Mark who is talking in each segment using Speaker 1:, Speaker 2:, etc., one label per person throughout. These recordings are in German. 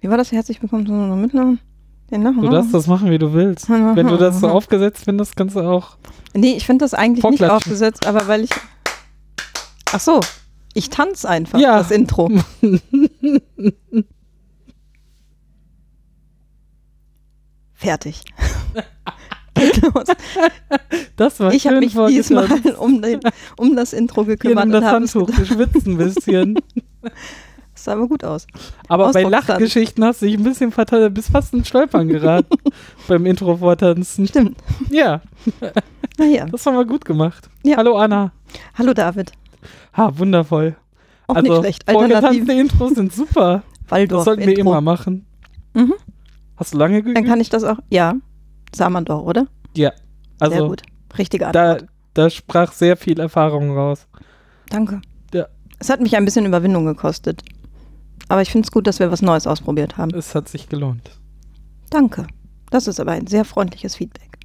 Speaker 1: Wie war das? Herzlich willkommen zu einer Mittleren. Den Lachen,
Speaker 2: Du darfst das machen, wie du
Speaker 1: Hm,
Speaker 2: willst. Wenn du das so aufgesetzt findest, kannst du auch.
Speaker 1: Nee, ich finde das eigentlich nicht
Speaker 2: Vorklatschen.
Speaker 1: aufgesetzt, aber weil ich. Ach so, ich tanze einfach
Speaker 2: Ja.
Speaker 1: das Intro. Fertig. Geht los.
Speaker 2: Das war
Speaker 1: Ich habe
Speaker 2: schön
Speaker 1: mich
Speaker 2: vorgestellt.
Speaker 1: diesmal um, den, um das Intro
Speaker 2: Hier
Speaker 1: gekümmert
Speaker 2: nimm
Speaker 1: und
Speaker 2: das
Speaker 1: habe es
Speaker 2: Handtuch, du schwitzt ein bisschen.
Speaker 1: Das sah aber gut aus.
Speaker 2: Aber bei
Speaker 1: Ausdruckstanz.
Speaker 2: Lachgeschichten hast du dich ein bisschen verteilt, bis fast in Stolpern geraten beim Intro vortanzen.
Speaker 1: Stimmt.
Speaker 2: Ja,
Speaker 1: Naja.
Speaker 2: das haben wir gut gemacht.
Speaker 1: Ja.
Speaker 2: Hallo Anna.
Speaker 1: Hallo David.
Speaker 2: Ha, wundervoll.
Speaker 1: Auch
Speaker 2: also,
Speaker 1: nicht schlecht.
Speaker 2: vorgetanzte
Speaker 1: Alternativ
Speaker 2: Intros sind super. Das
Speaker 1: Waldorf.
Speaker 2: sollten wir immer machen.
Speaker 1: Mhm.
Speaker 2: Hast du lange
Speaker 1: Dann
Speaker 2: geübt?
Speaker 1: kann ich das auch. Ja. Sah man doch, oder?
Speaker 2: Ja. Also,
Speaker 1: Sehr gut. Richtige Antwort.
Speaker 2: Da, da sprach sehr viel Erfahrung raus.
Speaker 1: Danke.
Speaker 2: Ja.
Speaker 1: Es hat mich ein bisschen Überwindung gekostet. Aber ich finde es gut, dass wir was Neues ausprobiert haben.
Speaker 2: Es hat sich gelohnt.
Speaker 1: Danke. Das ist aber ein sehr freundliches Feedback.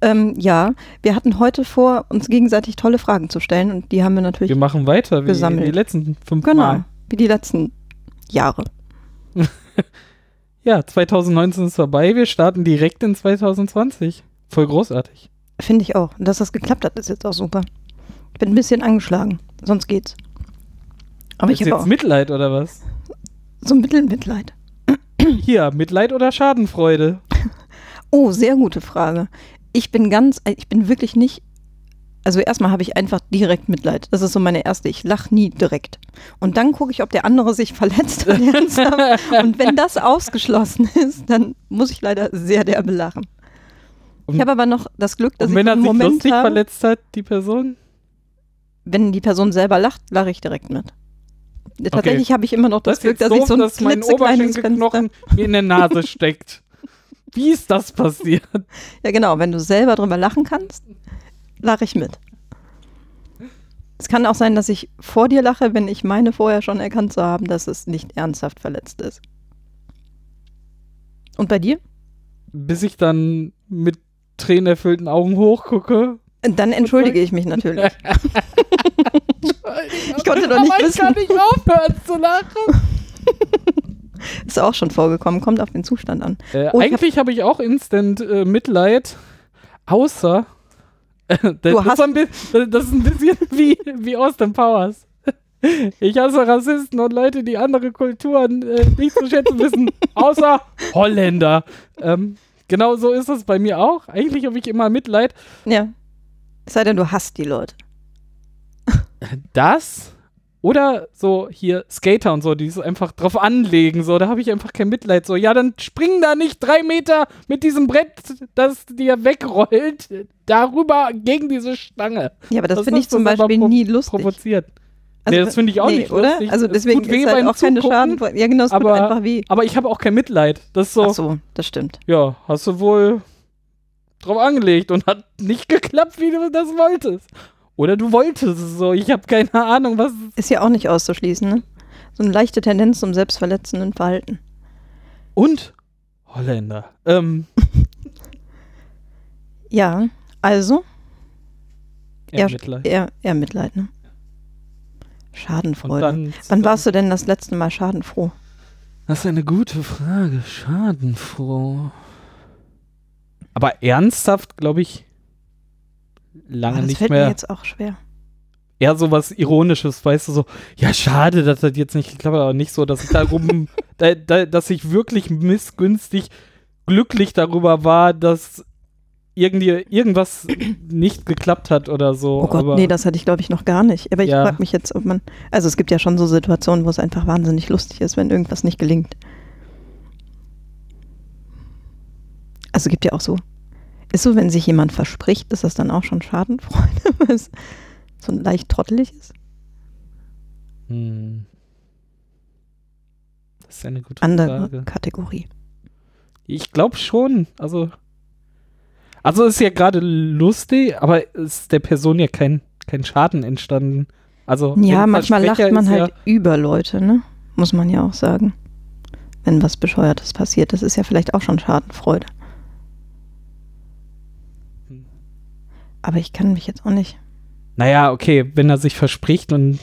Speaker 1: Ähm, ja, wir hatten heute vor, uns gegenseitig tolle Fragen zu stellen und die haben wir natürlich
Speaker 2: Wir machen weiter wie
Speaker 1: Gesammelt.
Speaker 2: die letzten fünf
Speaker 1: genau,
Speaker 2: Mal.
Speaker 1: wie die letzten Jahre.
Speaker 2: Ja, 2019 ist vorbei. Wir starten direkt in 2020. Voll großartig.
Speaker 1: Finde ich auch. Und dass das geklappt hat, ist jetzt auch super. Ich bin ein bisschen angeschlagen, sonst geht's. Aber
Speaker 2: ist
Speaker 1: ich habe
Speaker 2: jetzt
Speaker 1: auch
Speaker 2: Mitleid oder was?
Speaker 1: so ein bisschen Mitleid.
Speaker 2: Hier, Mitleid oder Schadenfreude?
Speaker 1: Oh, sehr gute Frage. Ich bin ganz, äh, ich bin wirklich nicht. Also erstmal habe ich einfach direkt Mitleid. Das ist so meine erste. Ich lache nie direkt. Und dann gucke ich, ob der andere sich verletzt hat. ernsthaft. und wenn das ausgeschlossen ist, dann muss ich leider sehr derbe lachen.
Speaker 2: Und-
Speaker 1: ich habe aber noch das Glück, dass
Speaker 2: Und
Speaker 1: Also ich
Speaker 2: wenn er
Speaker 1: einen
Speaker 2: sich
Speaker 1: Moment
Speaker 2: lustig
Speaker 1: habe,
Speaker 2: verletzt hat, die Person?
Speaker 1: wenn die Person selber lacht, lache ich direkt mit. Tatsächlich habe ich immer noch das,
Speaker 2: ist
Speaker 1: Glück,
Speaker 2: jetzt
Speaker 1: dass
Speaker 2: doof,
Speaker 1: ich so ein
Speaker 2: dass mein
Speaker 1: klitzekleines Fenster...
Speaker 2: Oberschenkelknochen mir in der Nase steckt. Wie ist das passiert?
Speaker 1: Ja, genau. Wenn du selber drüber lachen kannst, lache ich mit. Es kann auch sein, dass ich vor dir lache, wenn ich meine vorher schon erkannt zu haben, dass es nicht ernsthaft verletzt ist. Und bei dir?
Speaker 2: Bis ich dann mit tränenerfüllten Augen hochgucke.
Speaker 1: Dann entschuldige ich mich natürlich. Ich konnte doch nicht
Speaker 2: Aber ich
Speaker 1: wissen.
Speaker 2: kann nicht aufhören zu lachen.
Speaker 1: Ist auch schon vorgekommen, kommt auf den Zustand an.
Speaker 2: Äh,
Speaker 1: Oh, ich
Speaker 2: eigentlich habe ich auch instant äh, Mitleid, außer das, ist
Speaker 1: hast-
Speaker 2: so ein bi- das ist ein bisschen wie, wie Austin Powers. Ich hasse Rassisten und Leute, die andere Kulturen äh, nicht zu schätzen wissen, außer Holländer. Ähm, genau so ist das bei mir auch. Eigentlich habe ich immer Mitleid.
Speaker 1: Ja. Es sei denn, du hasst die Leute.
Speaker 2: Das oder so hier Skater und so, die es einfach drauf anlegen, so, da habe ich einfach kein Mitleid. So, ja, dann spring da nicht drei Meter mit diesem Brett, das dir wegrollt, darüber gegen diese Stange.
Speaker 1: Ja, aber das,
Speaker 2: Das
Speaker 1: finde ich
Speaker 2: ist das
Speaker 1: zum
Speaker 2: aber
Speaker 1: Beispiel
Speaker 2: provo-
Speaker 1: nie lustig.
Speaker 2: Provoziert.
Speaker 1: Also,
Speaker 2: nee, das finde ich auch
Speaker 1: nee,
Speaker 2: nicht
Speaker 1: oder?
Speaker 2: lustig.
Speaker 1: Also
Speaker 2: Es
Speaker 1: deswegen
Speaker 2: tut weh
Speaker 1: ist halt
Speaker 2: beim
Speaker 1: auch keine
Speaker 2: Zugucken,
Speaker 1: Schaden. Ja, genau, es tut
Speaker 2: aber-
Speaker 1: einfach weh.
Speaker 2: Aber ich habe auch kein Mitleid. Das ist so,
Speaker 1: Ach so, das stimmt.
Speaker 2: ja, hast du wohl drauf angelegt und hat nicht geklappt, wie du das wolltest. Oder du wolltest es so. Ich habe keine Ahnung, was
Speaker 1: Ist ja auch nicht auszuschließen, ne? So eine leichte Tendenz zum selbstverletzenden Verhalten.
Speaker 2: Und Holländer. Ähm,
Speaker 1: Ja, also
Speaker 2: ja,
Speaker 1: eher, eher, eher Mitleid, ne?
Speaker 2: Und
Speaker 1: Schadenfreude.
Speaker 2: dann,
Speaker 1: Wann warst du denn das letzte Mal schadenfroh?
Speaker 2: Das ist eine gute Frage. Schadenfroh. Aber ernsthaft, glaube ich,
Speaker 1: Boah,
Speaker 2: lange
Speaker 1: Ah, das
Speaker 2: nicht
Speaker 1: fällt mir
Speaker 2: mehr.
Speaker 1: jetzt auch schwer.
Speaker 2: Eher so was Ironisches, weißt du, so, ja, schade, dass das jetzt nicht geklappt hat, aber nicht so, dass ich darum, da, da, dass ich wirklich missgünstig glücklich darüber war, dass irgendwie irgendwas nicht geklappt hat oder so.
Speaker 1: Oh Gott,
Speaker 2: aber
Speaker 1: nee, das hatte ich glaube ich noch gar nicht. Aber ich
Speaker 2: Ja.
Speaker 1: frage mich jetzt, ob man. Also es gibt ja schon so Situationen, wo es einfach wahnsinnig lustig ist, wenn irgendwas nicht gelingt. Also gibt ja auch so. Ist so, wenn sich jemand verspricht, ist das dann auch schon Schadenfreude, weil es so leicht trottelig ist?
Speaker 2: Hm. Das ist eine gute
Speaker 1: Andere
Speaker 2: Frage.
Speaker 1: Kategorie.
Speaker 2: Ich glaube schon. Also, also ist ja gerade lustig, aber ist der Person ja kein, kein Schaden entstanden. Also
Speaker 1: Ja,
Speaker 2: wenn
Speaker 1: manchmal lacht
Speaker 2: Versprecher
Speaker 1: man
Speaker 2: ist
Speaker 1: halt über Leute, ne? Muss man ja auch sagen. Wenn was Bescheuertes passiert, das ist ja vielleicht auch schon Schadenfreude.
Speaker 2: Hm.
Speaker 1: Aber ich kann mich jetzt auch nicht.
Speaker 2: Ja, naja, okay, wenn er sich verspricht und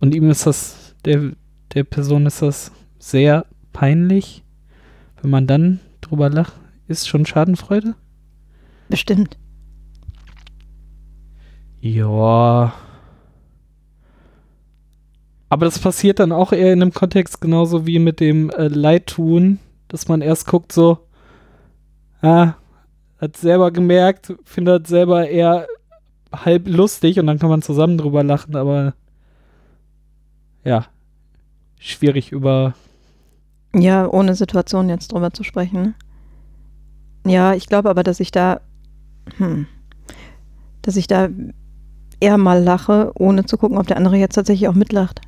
Speaker 2: und ihm ist das der der Person ist das sehr peinlich. Wenn man dann drüber lacht, ist schon Schadenfreude?
Speaker 1: Bestimmt.
Speaker 2: Ja. Aber das passiert dann auch eher in einem Kontext genauso wie mit dem äh, Leid tun, dass man erst guckt so, ah, hat selber gemerkt, findet selber eher halb lustig und dann kann man zusammen drüber lachen, aber ja, schwierig über
Speaker 1: Ja, ohne Situation jetzt drüber zu sprechen. ne? Ja, ich glaube aber, dass ich da, hm, dass ich da eher mal lache, ohne zu gucken, ob der andere jetzt tatsächlich auch mitlacht.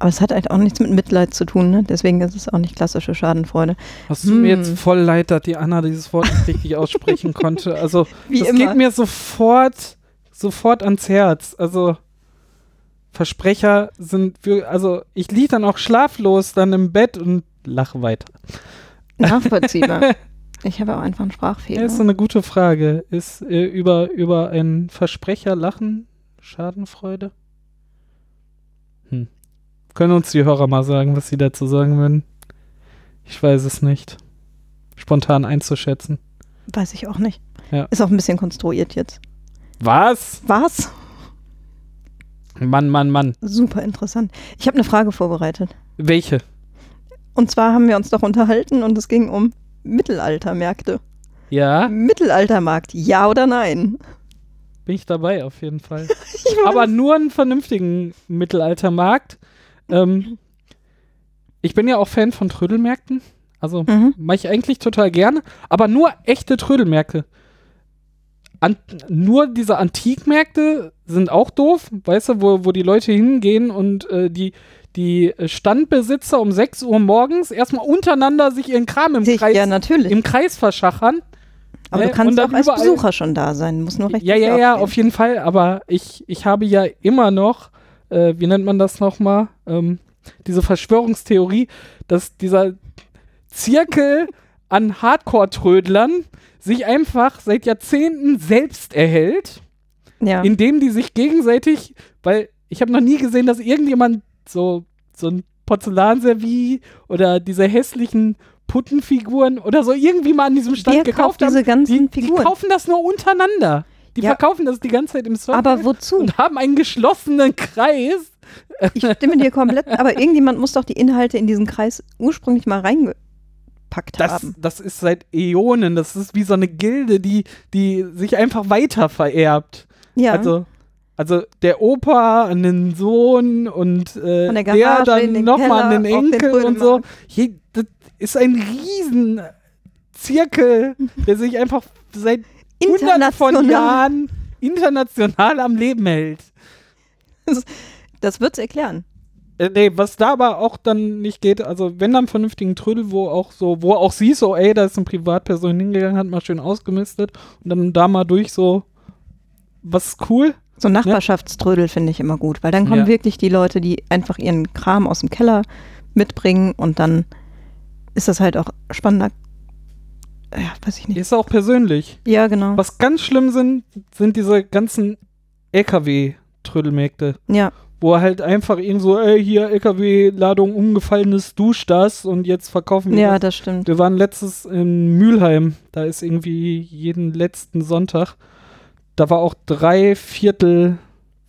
Speaker 1: Aber es hat halt auch nichts mit Mitleid zu tun, ne? deswegen ist es auch nicht klassische Schadenfreude.
Speaker 2: Hast du mir
Speaker 1: Hm.
Speaker 2: jetzt voll leid, dass die Anna dieses Wort nicht richtig aussprechen konnte. Also,
Speaker 1: Wie
Speaker 2: das
Speaker 1: immer.
Speaker 2: geht mir sofort, sofort ans Herz. Also, Versprecher sind, wir- also, ich lieg dann auch schlaflos dann im Bett und lache weiter.
Speaker 1: Nachvollziehbar. ich habe auch einfach einen Sprachfehler.
Speaker 2: Ja, ist so eine gute Frage. Ist äh, über, über einen Versprecher lachen Schadenfreude? Hm. Können uns die Hörer mal sagen, was sie dazu sagen würden? Ich weiß es nicht. Spontan einzuschätzen.
Speaker 1: Weiß ich auch nicht.
Speaker 2: Ja.
Speaker 1: Ist auch ein bisschen konstruiert jetzt.
Speaker 2: Was?
Speaker 1: Was?
Speaker 2: Mann, Mann, Mann.
Speaker 1: Super interessant. Ich habe eine Frage vorbereitet.
Speaker 2: Welche?
Speaker 1: Und zwar haben wir uns doch unterhalten und es ging um Mittelaltermärkte.
Speaker 2: Ja,
Speaker 1: Mittelaltermarkt, ja oder nein?
Speaker 2: bin ich dabei auf jeden Fall.
Speaker 1: Ich weiß.
Speaker 2: Aber nur einen vernünftigen Mittelaltermarkt. Ähm, ich bin ja auch Fan von Trödelmärkten. Also
Speaker 1: Mhm.
Speaker 2: mache ich eigentlich total gerne. Aber nur echte Trödelmärkte. An nur diese Antikmärkte sind auch doof, weißt du, wo, wo die Leute hingehen und äh, die, die Standbesitzer um 6 Uhr morgens erstmal untereinander sich ihren Kram im
Speaker 1: Sich-
Speaker 2: Kreis,
Speaker 1: ja, natürlich.
Speaker 2: im Kreis verschachern.
Speaker 1: Aber
Speaker 2: ne,
Speaker 1: du kannst
Speaker 2: und dann
Speaker 1: auch als
Speaker 2: überall-
Speaker 1: Besucher schon da sein. Muss nur recht
Speaker 2: Ja, ja, ja,
Speaker 1: aufstehen.
Speaker 2: auf jeden Fall. Aber ich, ich habe ja immer noch, äh, wie nennt man das nochmal, ähm, diese Verschwörungstheorie, dass dieser Zirkel an Hardcore-Trödlern sich einfach seit Jahrzehnten selbst erhält,
Speaker 1: ja.
Speaker 2: indem die sich gegenseitig, weil ich habe noch nie gesehen, dass irgendjemand so, so ein Porzellanservie oder diese hässlichen Puttenfiguren oder so irgendwie mal an diesem Stand
Speaker 1: Wer
Speaker 2: gekauft
Speaker 1: kauft
Speaker 2: haben.
Speaker 1: diese ganzen
Speaker 2: Die, die
Speaker 1: Figuren?
Speaker 2: kaufen das nur untereinander. Die
Speaker 1: Ja.
Speaker 2: verkaufen das die ganze Zeit im Circle
Speaker 1: aber wozu?
Speaker 2: und haben einen geschlossenen Kreis.
Speaker 1: Ich stimme dir komplett. Aber irgendjemand muss doch die Inhalte in diesen Kreis ursprünglich mal reingepackt
Speaker 2: Das,
Speaker 1: haben.
Speaker 2: das ist seit Äonen. Das ist wie so eine Gilde, die, die sich einfach weiter vererbt.
Speaker 1: Ja.
Speaker 2: Also, also der Opa an den Sohn und äh,
Speaker 1: Von der
Speaker 2: der,
Speaker 1: Garage in
Speaker 2: dann
Speaker 1: den
Speaker 2: nochmal an den
Speaker 1: Keller, auf den
Speaker 2: Enkel und so.
Speaker 1: Trödelmarkt.
Speaker 2: Je, das ist ein riesen Zirkel, der sich einfach seit hunderten von
Speaker 1: International.
Speaker 2: Jahren international am Leben hält.
Speaker 1: Das wird's erklären.
Speaker 2: Äh, nee, was da aber auch dann nicht geht, also wenn dann vernünftigen Trödel, wo auch so, wo auch siehst, oh ey, da ist eine Privatperson hingegangen, hat mal schön ausgemistet und dann da mal durch so, was ist cool?
Speaker 1: So Nachbarschaftströdel finde ich immer gut, weil dann kommen
Speaker 2: Ja.
Speaker 1: wirklich die Leute, die einfach ihren Kram aus dem Keller mitbringen und dann ist das halt auch spannender. Ja, weiß ich nicht.
Speaker 2: Ist auch persönlich.
Speaker 1: Ja, genau.
Speaker 2: Was ganz schlimm sind, sind diese ganzen LKW-Trödelmärkte,
Speaker 1: Ja,
Speaker 2: wo halt einfach irgend so, ey, hier LKW-Ladung umgefallenes Dusch das und jetzt verkaufen wir
Speaker 1: ja,
Speaker 2: das.
Speaker 1: das stimmt.
Speaker 2: Wir waren letztes in Mülheim. Da ist irgendwie jeden letzten Sonntag. Da war auch drei Viertel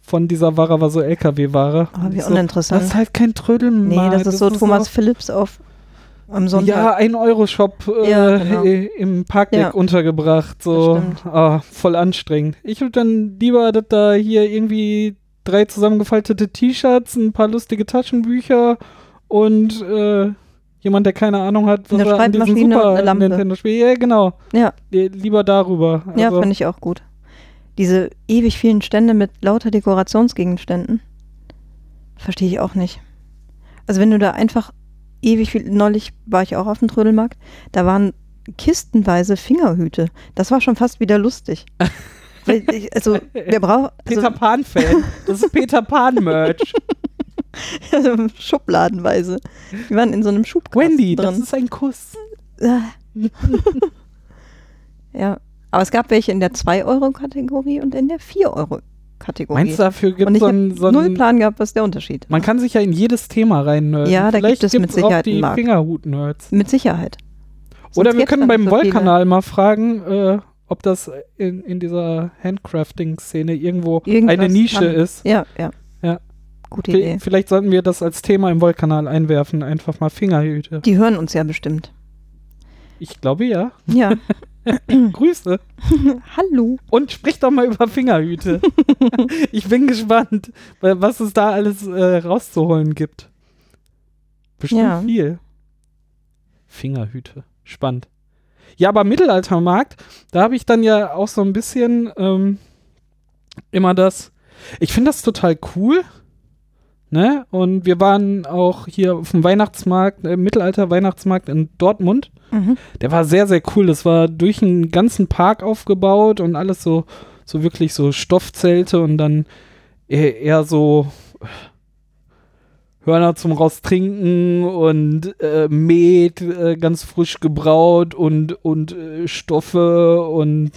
Speaker 2: von dieser Ware war so LKW-Ware.
Speaker 1: Aber
Speaker 2: Und
Speaker 1: Ah, Oh, wie
Speaker 2: ich so, das
Speaker 1: uninteressant.
Speaker 2: ist halt kein Trödelmarkt.
Speaker 1: Nee, das ist so Thomas Phillips auf am
Speaker 2: so,
Speaker 1: Sonntag.
Speaker 2: ja, ein Euro-Shop äh,
Speaker 1: Ja, genau.
Speaker 2: äh, im Parkdeck
Speaker 1: Ja.
Speaker 2: untergebracht. So,
Speaker 1: Das stimmt.
Speaker 2: ah, voll anstrengend. Ich würde dann lieber, dass da hier irgendwie drei zusammengefaltete T-Shirts, ein paar lustige Taschenbücher und äh, jemand, der keine Ahnung hat,
Speaker 1: Eine
Speaker 2: er an diesem
Speaker 1: Schreibmaschine und
Speaker 2: Super
Speaker 1: eine Lampe.
Speaker 2: Nintendo spielt. Ja, genau.
Speaker 1: Ja.
Speaker 2: Li- Lieber darüber. Also,
Speaker 1: Ja, finde ich auch gut. Diese ewig vielen Stände mit lauter Dekorationsgegenständen. Verstehe ich auch nicht. Also wenn du da einfach ewig viel, neulich war ich auch auf dem Trödelmarkt, da waren kistenweise Fingerhüte. Das war schon fast wieder lustig. Weil ich- also, wir brauchen
Speaker 2: Peter Pan-Fan. Das ist Peter Pan-Merch.
Speaker 1: also, Schubladenweise. Die waren in so einem Schubkasten
Speaker 2: Wendy, das
Speaker 1: drin.
Speaker 2: ist ein Kuss.
Speaker 1: Ah. ja, aber es gab welche in der 2-Euro-Kategorie und in der 4-Euro. Kategorie.
Speaker 2: Meinst du, dafür gibt
Speaker 1: Und
Speaker 2: es
Speaker 1: ich
Speaker 2: so
Speaker 1: habe
Speaker 2: einen. So
Speaker 1: null
Speaker 2: einen
Speaker 1: Plan gehabt, was der Unterschied ist.
Speaker 2: man kann sich ja in jedes Thema reinnörden.
Speaker 1: Ja, da gibt
Speaker 2: Vielleicht
Speaker 1: es mit
Speaker 2: gibt's auch
Speaker 1: Sicherheit einen
Speaker 2: die
Speaker 1: Markt.
Speaker 2: Fingerhut-Nerds.
Speaker 1: Mit Sicherheit. Sonst
Speaker 2: Oder wir
Speaker 1: gäb's
Speaker 2: können
Speaker 1: da
Speaker 2: beim
Speaker 1: nicht so viele.
Speaker 2: Wollkanal mal fragen, äh, ob das in, in dieser Handcrafting-Szene irgendwo
Speaker 1: Irgendwas
Speaker 2: eine Nische
Speaker 1: dran.
Speaker 2: ist.
Speaker 1: Ja, ja.
Speaker 2: Ja.
Speaker 1: Gute
Speaker 2: V-
Speaker 1: Idee.
Speaker 2: Vielleicht sollten wir das als Thema im Wollkanal einwerfen. Einfach mal Fingerhüte.
Speaker 1: Die hören uns ja bestimmt.
Speaker 2: Ich glaube ja.
Speaker 1: Ja. Hm.
Speaker 2: Grüße.
Speaker 1: Hallo.
Speaker 2: Und sprich doch mal über Fingerhüte. ich bin gespannt, wa- was es da alles äh, rauszuholen gibt. Bestimmt
Speaker 1: Ja.
Speaker 2: viel. Fingerhüte. Spannend. Ja, aber Mittelaltermarkt, da habe ich dann ja auch so ein bisschen ähm, immer das. Ich finde das total cool. Ne? Und wir waren auch hier auf dem Weihnachtsmarkt, äh, Mittelalter-Weihnachtsmarkt in Dortmund.
Speaker 1: Mhm.
Speaker 2: Der war sehr, sehr cool. Das war durch den ganzen Park aufgebaut und alles so, so wirklich so Stoffzelte und dann eher, eher so äh, Hörner zum Raustrinken und äh, Met äh, ganz frisch gebraut und, und äh, Stoffe und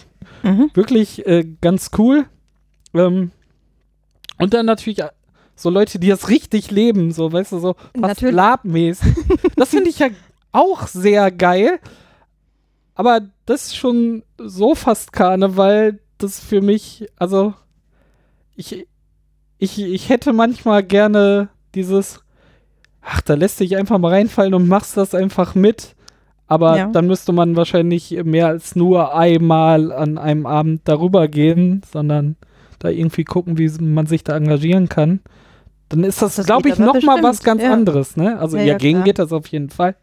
Speaker 1: Mhm.
Speaker 2: wirklich äh, ganz cool. Ähm, und dann natürlich äh, so Leute, die das richtig leben, so, weißt du, so fast
Speaker 1: Natürlich.
Speaker 2: labmäßig. Das finde ich ja auch sehr geil. Aber das ist schon so fast Karneval, das für mich, also ich, ich, ich hätte manchmal gerne dieses, ach, da lässt dich einfach mal reinfallen und machst das einfach mit. Aber
Speaker 1: Ja.
Speaker 2: dann müsste man wahrscheinlich mehr als nur einmal an einem Abend darüber gehen, sondern da irgendwie gucken, wie man sich da engagieren kann. Dann ist das,
Speaker 1: Das
Speaker 2: glaube
Speaker 1: geht
Speaker 2: ich,
Speaker 1: aber
Speaker 2: noch mal was
Speaker 1: bestimmt,
Speaker 2: ganz
Speaker 1: ja.
Speaker 2: anderes. Ne? Also
Speaker 1: Ja,
Speaker 2: ja,
Speaker 1: ja,
Speaker 2: gegen
Speaker 1: klar.
Speaker 2: geht das auf jeden Fall.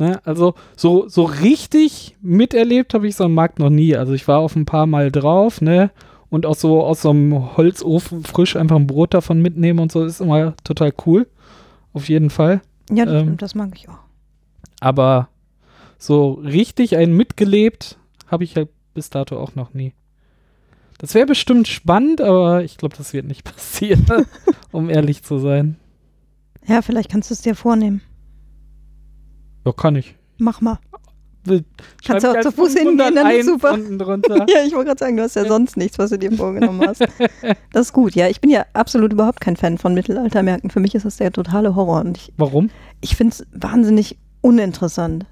Speaker 2: Ne? Also so, so richtig miterlebt habe ich so einen Markt noch nie. Also ich war auf ein paar Mal drauf, ne? Und auch so aus so einem Holzofen frisch einfach ein Brot davon mitnehmen und so ist immer total cool. Auf jeden Fall.
Speaker 1: Ja, das
Speaker 2: Ähm.
Speaker 1: stimmt, das mag ich auch.
Speaker 2: Aber so richtig einen mitgelebt habe ich halt bis dato auch noch nie. Das wäre bestimmt spannend, aber ich glaube, das wird nicht passieren, um ehrlich zu sein.
Speaker 1: Ja, vielleicht kannst du es dir vornehmen.
Speaker 2: Ja, kann ich.
Speaker 1: Mach mal.
Speaker 2: Schreib
Speaker 1: du auch
Speaker 2: gleich
Speaker 1: zu Fuß hingehen, dann ist
Speaker 2: 501
Speaker 1: super.
Speaker 2: Unten drunter.
Speaker 1: Ja, ich wollte gerade sagen, du hast ja sonst nichts, was du dir vorgenommen hast. Das ist gut, ja. Ich bin ja absolut überhaupt kein Fan von Mittelaltermärkten. Für mich ist das der totale Horror und ich,
Speaker 2: Warum?
Speaker 1: ich finde es wahnsinnig uninteressant.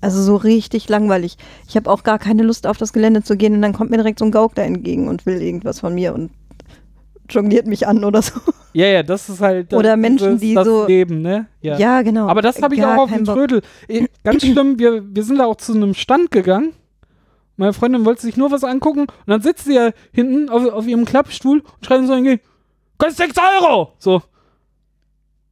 Speaker 1: Also so richtig langweilig. Ich habe auch gar keine Lust auf das Gelände zu gehen und dann kommt mir direkt so ein Gauk da entgegen und will irgendwas von mir und jongliert mich an oder so.
Speaker 2: Ja, ja, das ist halt das,
Speaker 1: Oder Menschen,
Speaker 2: dieses-
Speaker 1: die
Speaker 2: das
Speaker 1: so-
Speaker 2: Leben, ne? Ja.
Speaker 1: genau.
Speaker 2: Aber das habe ich
Speaker 1: Gar
Speaker 2: auch auf dem
Speaker 1: keinen Bock.
Speaker 2: Trödel. Eh, Ganz schlimm, wir, wir sind da auch zu einem Stand gegangen. Meine Freundin wollte sich nur was angucken und dann sitzt sie ja hinten auf, auf ihrem Klappstuhl und schreit uns so entgegen, kostet 6 Euro! So,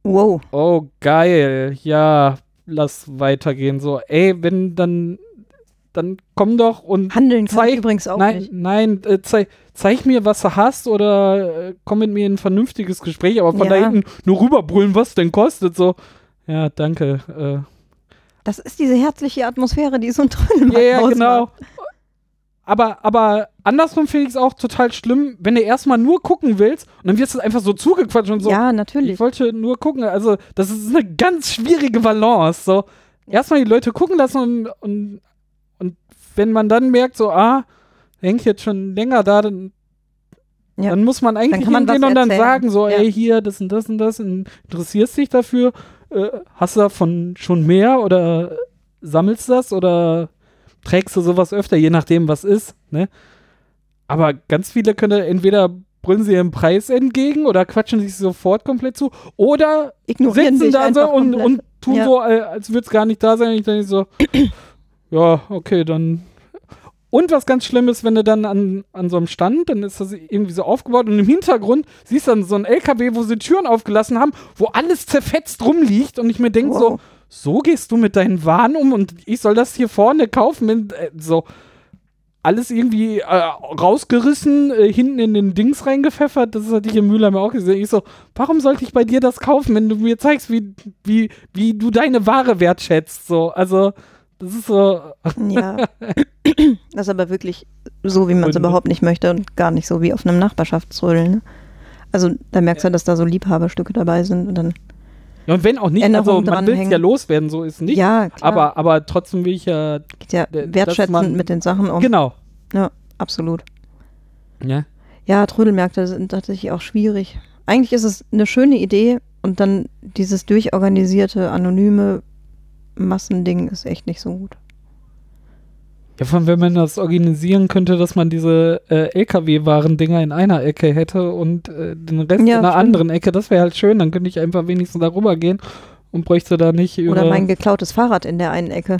Speaker 1: Wow.
Speaker 2: oh geil, ja, lass weitergehen. So, ey, wenn dann, dann komm doch und
Speaker 1: Handeln kann
Speaker 2: Zeig-
Speaker 1: ich übrigens auch
Speaker 2: nein,
Speaker 1: nicht.
Speaker 2: nein, äh, zei zeig mir, was du hast oder äh, komm mit mir in ein vernünftiges Gespräch, aber von da
Speaker 1: Ja.
Speaker 2: hinten nur rüberbrüllen, was denn kostet, so. Ja, danke.
Speaker 1: Das ist diese herzliche Atmosphäre, die so ein
Speaker 2: Äh. Ja,
Speaker 1: Trödelmarkt
Speaker 2: ja,
Speaker 1: ausmacht.
Speaker 2: genau. Aber, aber andersrum finde ich es auch total schlimm, wenn du erstmal nur gucken willst und dann wirst du einfach so zugequatscht und so.
Speaker 1: Ja, natürlich.
Speaker 2: ich wollte nur gucken. Also, das ist eine ganz schwierige Balance. So, erstmal die Leute gucken lassen und, und, und wenn man dann merkt, so, ah, hängt jetzt schon länger da, dann,
Speaker 1: Ja.
Speaker 2: dann muss man eigentlich
Speaker 1: Dann kann man was
Speaker 2: hingehen und dann
Speaker 1: erzählen.
Speaker 2: sagen, so,
Speaker 1: Ja.
Speaker 2: ey, hier, das und das und das, und interessierst dich dafür? Äh, hast du davon schon mehr oder sammelst du das oder trägst du sowas öfter, je nachdem, was ist, ne? Aber ganz viele können entweder brüllen sie ihren Preis entgegen oder quatschen sich sofort komplett zu oder
Speaker 1: Ignorieren
Speaker 2: sitzen
Speaker 1: dich
Speaker 2: da so
Speaker 1: einfach
Speaker 2: und,
Speaker 1: komplett.
Speaker 2: und tun
Speaker 1: Ja.
Speaker 2: so, äh, als würde es gar nicht da sein. Ich denke so, ja, okay, dann. Und was ganz schlimm ist, wenn du dann an, an so einem Stand, dann ist das irgendwie so aufgebaut und im Hintergrund siehst du dann so ein LKW, wo sie Türen aufgelassen haben, wo alles zerfetzt rumliegt und ich mir denke so,
Speaker 1: Wow.
Speaker 2: so gehst du mit deinen Waren um und ich soll das hier vorne kaufen, wenn, äh, so alles irgendwie äh, rausgerissen, äh, hinten in den Dings reingepfeffert. Das hatte ich im Mühlheim auch gesehen. Ich so, warum sollte ich bei dir das kaufen, wenn du mir zeigst, wie, wie, wie du deine Ware wertschätzt? So, also, das ist so,
Speaker 1: Ja. Das ist aber wirklich so, wie man es
Speaker 2: Gründe.
Speaker 1: überhaupt nicht möchte und gar nicht so wie auf einem Nachbarschaftsrödel. Ne? Also da merkst du, dass da so Liebhaberstücke dabei sind und dann.
Speaker 2: ja, und wenn auch nicht, also
Speaker 1: Änderungen
Speaker 2: man will
Speaker 1: dranhängen.
Speaker 2: ja loswerden, so ist nicht.
Speaker 1: ja, klar,
Speaker 2: aber, aber trotzdem will ich ja, genau.
Speaker 1: geht ja
Speaker 2: d- dass
Speaker 1: wertschätzend
Speaker 2: man-
Speaker 1: mit den Sachen um.
Speaker 2: genau.
Speaker 1: Ja, absolut.
Speaker 2: Ja.
Speaker 1: Ja, Trödelmärkte sind tatsächlich auch schwierig. Eigentlich ist es eine schöne Idee und dann dieses durchorganisierte, anonyme Massending ist echt nicht so gut.
Speaker 2: Ja, von wenn man das organisieren könnte, dass man diese äh, LKW-Waren-Dinger in einer Ecke hätte und äh, den Rest
Speaker 1: Ja,
Speaker 2: in einer
Speaker 1: stimmt.
Speaker 2: anderen Ecke, das wäre halt schön. Dann könnte ich einfach wenigstens darüber gehen und bräuchte da nicht über.
Speaker 1: Oder mein geklautes Fahrrad in der einen Ecke.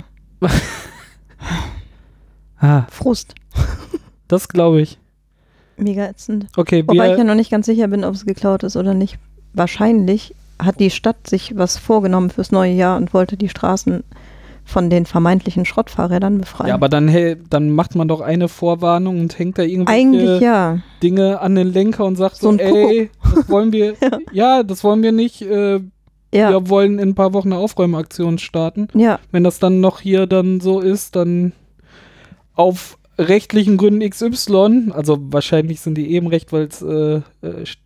Speaker 2: ah,
Speaker 1: Frust.
Speaker 2: das glaube ich.
Speaker 1: Mega ätzend.
Speaker 2: Okay,
Speaker 1: Wobei ich ja
Speaker 2: wir.
Speaker 1: noch nicht ganz sicher bin, ob es geklaut ist oder nicht. Wahrscheinlich hat die Stadt sich was vorgenommen fürs neue Jahr und wollte die Straßen von den vermeintlichen Schrottfahrrädern befreien.
Speaker 2: Ja, aber dann, hey, dann macht man doch eine Vorwarnung und hängt da irgendwelche
Speaker 1: Eigentlich ja.
Speaker 2: Dinge an den Lenker und sagt
Speaker 1: So
Speaker 2: so,
Speaker 1: ein
Speaker 2: ey, das wollen wir, ja. das wollen wir nicht. Äh,
Speaker 1: Ja. ja.
Speaker 2: Wir wollen in ein paar Wochen eine Aufräumaktion starten. Wenn das dann noch hier dann so ist, dann auf rechtlichen Gründen XY, also wahrscheinlich sind die eben recht, weil es, äh, äh, st-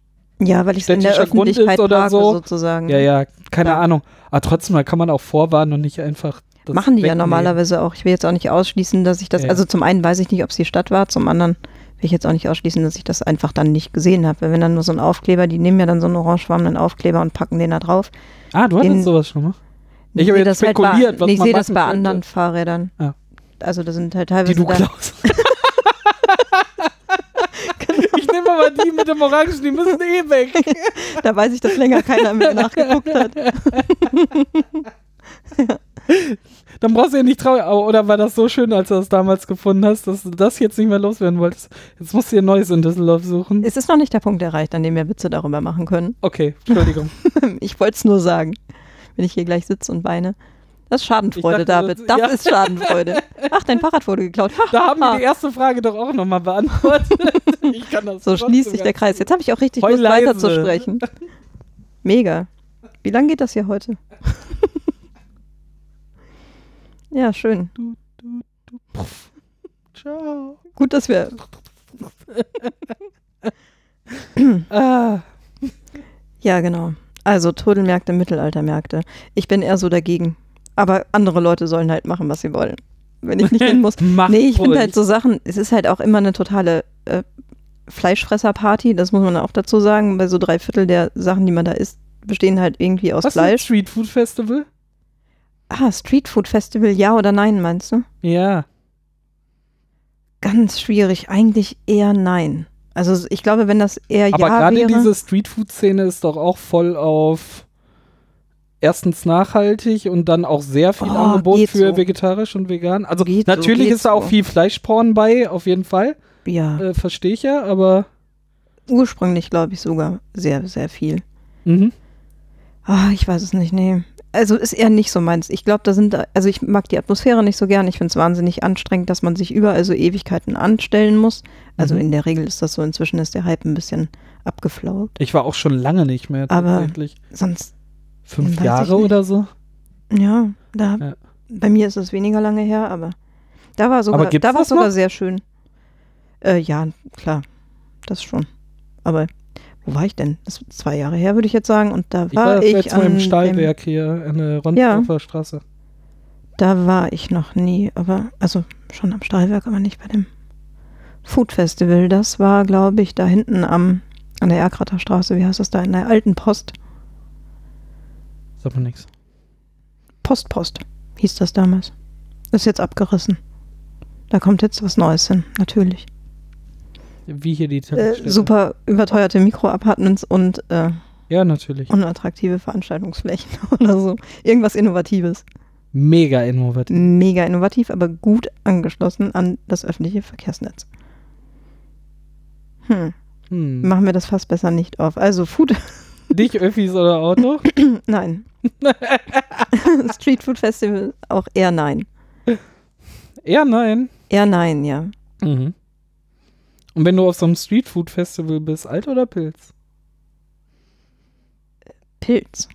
Speaker 1: Ja, weil ich es in der
Speaker 2: Städtischer Grund ist
Speaker 1: Öffentlichkeit
Speaker 2: oder
Speaker 1: parke,
Speaker 2: so.
Speaker 1: sozusagen.
Speaker 2: ja, ja, keine
Speaker 1: Ja.
Speaker 2: Ahnung. Aber trotzdem, da kann man auch vorwarnen und nicht einfach. das
Speaker 1: Machen die ja
Speaker 2: wegnehmen.
Speaker 1: normalerweise auch. Ich will jetzt auch nicht ausschließen, dass ich das,
Speaker 2: Ja.
Speaker 1: also zum einen weiß ich nicht, ob es die Stadt war, zum anderen will ich jetzt auch nicht ausschließen, dass ich das einfach dann nicht gesehen habe. Weil Wenn dann nur so ein Aufkleber, die nehmen ja dann so einen orangefarbenen Aufkleber und packen den da drauf.
Speaker 2: Ah, du hattest
Speaker 1: den-
Speaker 2: sowas schon mal.
Speaker 1: Ich
Speaker 2: Ich
Speaker 1: sehe
Speaker 2: habe
Speaker 1: das,
Speaker 2: jetzt
Speaker 1: halt bei,
Speaker 2: spekuliert, was
Speaker 1: ich
Speaker 2: man
Speaker 1: sehe das
Speaker 2: machen
Speaker 1: bei
Speaker 2: könnte.
Speaker 1: anderen Fahrrädern.
Speaker 2: Ah.
Speaker 1: Also da sind halt teilweise
Speaker 2: Die du
Speaker 1: da-
Speaker 2: klaust. Ich nehme aber die mit dem Orangen, die müssen eh weg.
Speaker 1: Da weiß ich, dass länger keiner mehr nachgeguckt hat.
Speaker 2: Dann brauchst du ja nicht traurig. aber- Oder war das so schön, als du das damals gefunden hast, dass du das jetzt nicht mehr loswerden wolltest? Jetzt musst du dir ein neues in Düsseldorf suchen.
Speaker 1: Es ist noch nicht der Punkt erreicht, an dem wir Witze darüber machen können.
Speaker 2: Okay, Entschuldigung.
Speaker 1: Ich wollte es nur sagen, wenn ich hier gleich sitze und weine. Das ist Schadenfreude,
Speaker 2: Ich dachte,
Speaker 1: David.
Speaker 2: das-
Speaker 1: Das
Speaker 2: ja.
Speaker 1: ist Schadenfreude. Ach, dein Fahrrad wurde geklaut.
Speaker 2: Da haben
Speaker 1: Ah.
Speaker 2: wir die erste Frage doch auch nochmal beantwortet. Ich kann das
Speaker 1: so
Speaker 2: trotzdem
Speaker 1: schließt sich
Speaker 2: gar
Speaker 1: der
Speaker 2: nicht.
Speaker 1: Kreis. Jetzt habe ich auch richtig
Speaker 2: Heul
Speaker 1: Lust,
Speaker 2: leise.
Speaker 1: weiterzusprechen. Mega. Wie lange geht das hier heute? ja, schön.
Speaker 2: Du, du, du. Pff. Ciao.
Speaker 1: Gut, dass wir Äh,
Speaker 2: Ah,
Speaker 1: Ja, genau. Also Trödelmärkte, Mittelaltermärkte. Ich bin eher so dagegen. Aber andere Leute sollen halt machen, was sie wollen. Wenn ich nicht hin muss.
Speaker 2: Macht
Speaker 1: nee, ich finde
Speaker 2: ruhig.
Speaker 1: halt so Sachen, es ist halt auch immer eine totale äh, Fleischfresserparty, das muss man auch dazu sagen. Bei so drei Viertel der Sachen, die man da isst, bestehen halt irgendwie aus
Speaker 2: was ist ein
Speaker 1: Fleisch.
Speaker 2: Street Food Festival?
Speaker 1: Ah, Streetfood Festival, ja oder nein, meinst du?
Speaker 2: Ja.
Speaker 1: Ganz schwierig. Eigentlich eher nein. Also ich glaube, wenn das eher
Speaker 2: Aber
Speaker 1: ja
Speaker 2: gerade
Speaker 1: wäre.
Speaker 2: diese Street Food Szene ist doch auch voll auf erstens nachhaltig und dann auch sehr viel
Speaker 1: Oh,
Speaker 2: Angebot
Speaker 1: geht
Speaker 2: für
Speaker 1: so.
Speaker 2: vegetarisch und vegan. Also
Speaker 1: Geht so,
Speaker 2: natürlich
Speaker 1: geht
Speaker 2: ist da auch
Speaker 1: so.
Speaker 2: viel Fleischporn bei, auf jeden Fall.
Speaker 1: ja,
Speaker 2: Äh, Verstehe ich ja, aber
Speaker 1: ursprünglich glaube ich sogar sehr, sehr viel.
Speaker 2: mhm.
Speaker 1: Ah, ich weiß es nicht, nee. Also ist eher nicht so meins. Ich glaube, da sind, also ich mag die Atmosphäre nicht so gern. Ich finde es wahnsinnig anstrengend, dass man sich überall so Ewigkeiten anstellen muss. Also
Speaker 2: Mhm.
Speaker 1: in der Regel ist das so. Inzwischen ist der Hype ein bisschen abgeflaut.
Speaker 2: ich war auch schon lange nicht mehr
Speaker 1: Aber-
Speaker 2: tatsächlich.
Speaker 1: Sonst,
Speaker 2: Fünf
Speaker 1: Weiß ich
Speaker 2: Jahre
Speaker 1: nicht.
Speaker 2: oder so.
Speaker 1: ja, da,
Speaker 2: Ja.
Speaker 1: bei mir ist es weniger lange her, aber da war sogar,
Speaker 2: Aber gibt's
Speaker 1: da war
Speaker 2: das
Speaker 1: sogar
Speaker 2: noch?
Speaker 1: sehr schön. Äh, ja, klar, das schon. Aber wo war ich denn? Das ist zwei Jahre her, würde ich jetzt sagen. Und da
Speaker 2: Ich war
Speaker 1: war
Speaker 2: das
Speaker 1: ich,
Speaker 2: letzte Mal
Speaker 1: an
Speaker 2: im
Speaker 1: dem,
Speaker 2: Stahlwerk hier an der Ronsdorfer Straße.
Speaker 1: Da war ich noch nie, aber also schon am Stahlwerk, aber nicht bei dem Food Festival. Das war, glaube ich, da hinten am an der Erkrater Straße. Wie heißt das da? In der alten Post.
Speaker 2: Sagt man nichts.
Speaker 1: Postpost hieß das damals. Ist jetzt abgerissen. Da kommt jetzt was Neues hin, natürlich.
Speaker 2: Wie hier die
Speaker 1: Äh,
Speaker 2: Tankstelle.
Speaker 1: super überteuerte Mikroapartments und äh,
Speaker 2: Ja, natürlich.
Speaker 1: unattraktive Veranstaltungsflächen oder so. Irgendwas Innovatives.
Speaker 2: Mega innovativ.
Speaker 1: Mega innovativ, aber gut angeschlossen an das öffentliche Verkehrsnetz. Hm.
Speaker 2: Hm.
Speaker 1: Machen wir das fast besser nicht auf. Also Food,
Speaker 2: Nicht Öffis oder Auto?
Speaker 1: nein. Street Food Festival auch eher nein.
Speaker 2: ja, nein.
Speaker 1: Eher nein, ja.
Speaker 2: Mhm. Und wenn du auf so einem Streetfood-Festival bist, alt oder Pilz?
Speaker 1: Pilz.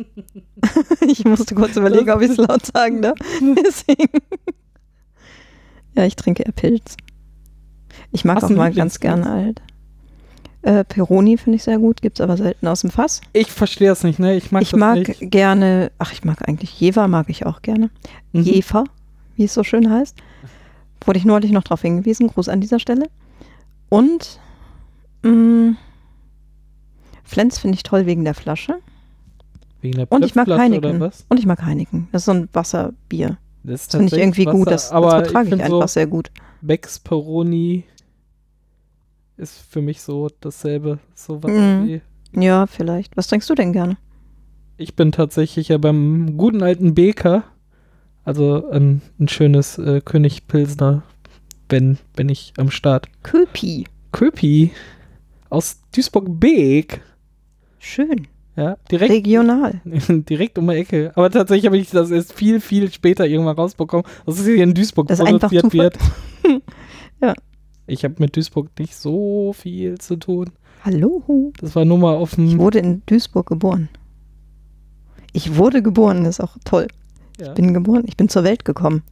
Speaker 1: ich musste kurz überlegen, ob ich es laut sagen darf. Deswegen. Ja, ich trinke eher Pilz. Ich mag
Speaker 2: Hast
Speaker 1: auch
Speaker 2: du einen
Speaker 1: mal ganz
Speaker 2: Lieblingspilz?
Speaker 1: gerne alt. Äh, Peroni finde ich sehr gut, gibt es aber selten aus dem Fass.
Speaker 2: Ich verstehe das nicht, ne? Ich mag
Speaker 1: ich
Speaker 2: das
Speaker 1: mag
Speaker 2: nicht.
Speaker 1: gerne, ach, ich mag eigentlich Jever, mag ich auch gerne.
Speaker 2: Mhm.
Speaker 1: Jefer, wie es so schön heißt. Wurde ich neulich noch darauf hingewiesen. Gruß an dieser Stelle. Und Mm. Flens finde ich toll wegen der Flasche.
Speaker 2: Wegen der
Speaker 1: Und ich mag
Speaker 2: Plöpflasche
Speaker 1: Heineken.
Speaker 2: Oder was?
Speaker 1: Und ich mag Heineken. Das ist so ein Wasserbier.
Speaker 2: Das, ist
Speaker 1: Das finde ich
Speaker 2: tatsächlich
Speaker 1: irgendwie gut.
Speaker 2: Wasser,
Speaker 1: Das, das
Speaker 2: aber
Speaker 1: vertrage ich,
Speaker 2: find
Speaker 1: einfach sehr gut.
Speaker 2: Becks Peroni ist für mich so dasselbe. So was
Speaker 1: Mhm.
Speaker 2: wie-
Speaker 1: Ja, vielleicht. Was trinkst du denn gerne?
Speaker 2: Ich bin tatsächlich ja beim guten alten Beker, also ein, ein schönes äh, König Pilsner, wenn, wenn ich am Start.
Speaker 1: Köpi.
Speaker 2: Köpi aus Duisburg-Beek.
Speaker 1: Schön.
Speaker 2: Ja, direkt,
Speaker 1: Regional.
Speaker 2: direkt um die Ecke. Aber tatsächlich habe ich das erst viel, viel später irgendwann rausbekommen, dass es hier in Duisburg
Speaker 1: Das ist einfach Zufall.
Speaker 2: wird.
Speaker 1: Ja.
Speaker 2: Ich habe mit Duisburg nicht so viel zu tun.
Speaker 1: Hallo.
Speaker 2: Das war nur mal auf
Speaker 1: Ich
Speaker 2: dem.
Speaker 1: wurde in Duisburg geboren. Ich wurde geboren, ist auch toll.
Speaker 2: Ja,
Speaker 1: Ich bin geboren, ich bin zur Welt gekommen.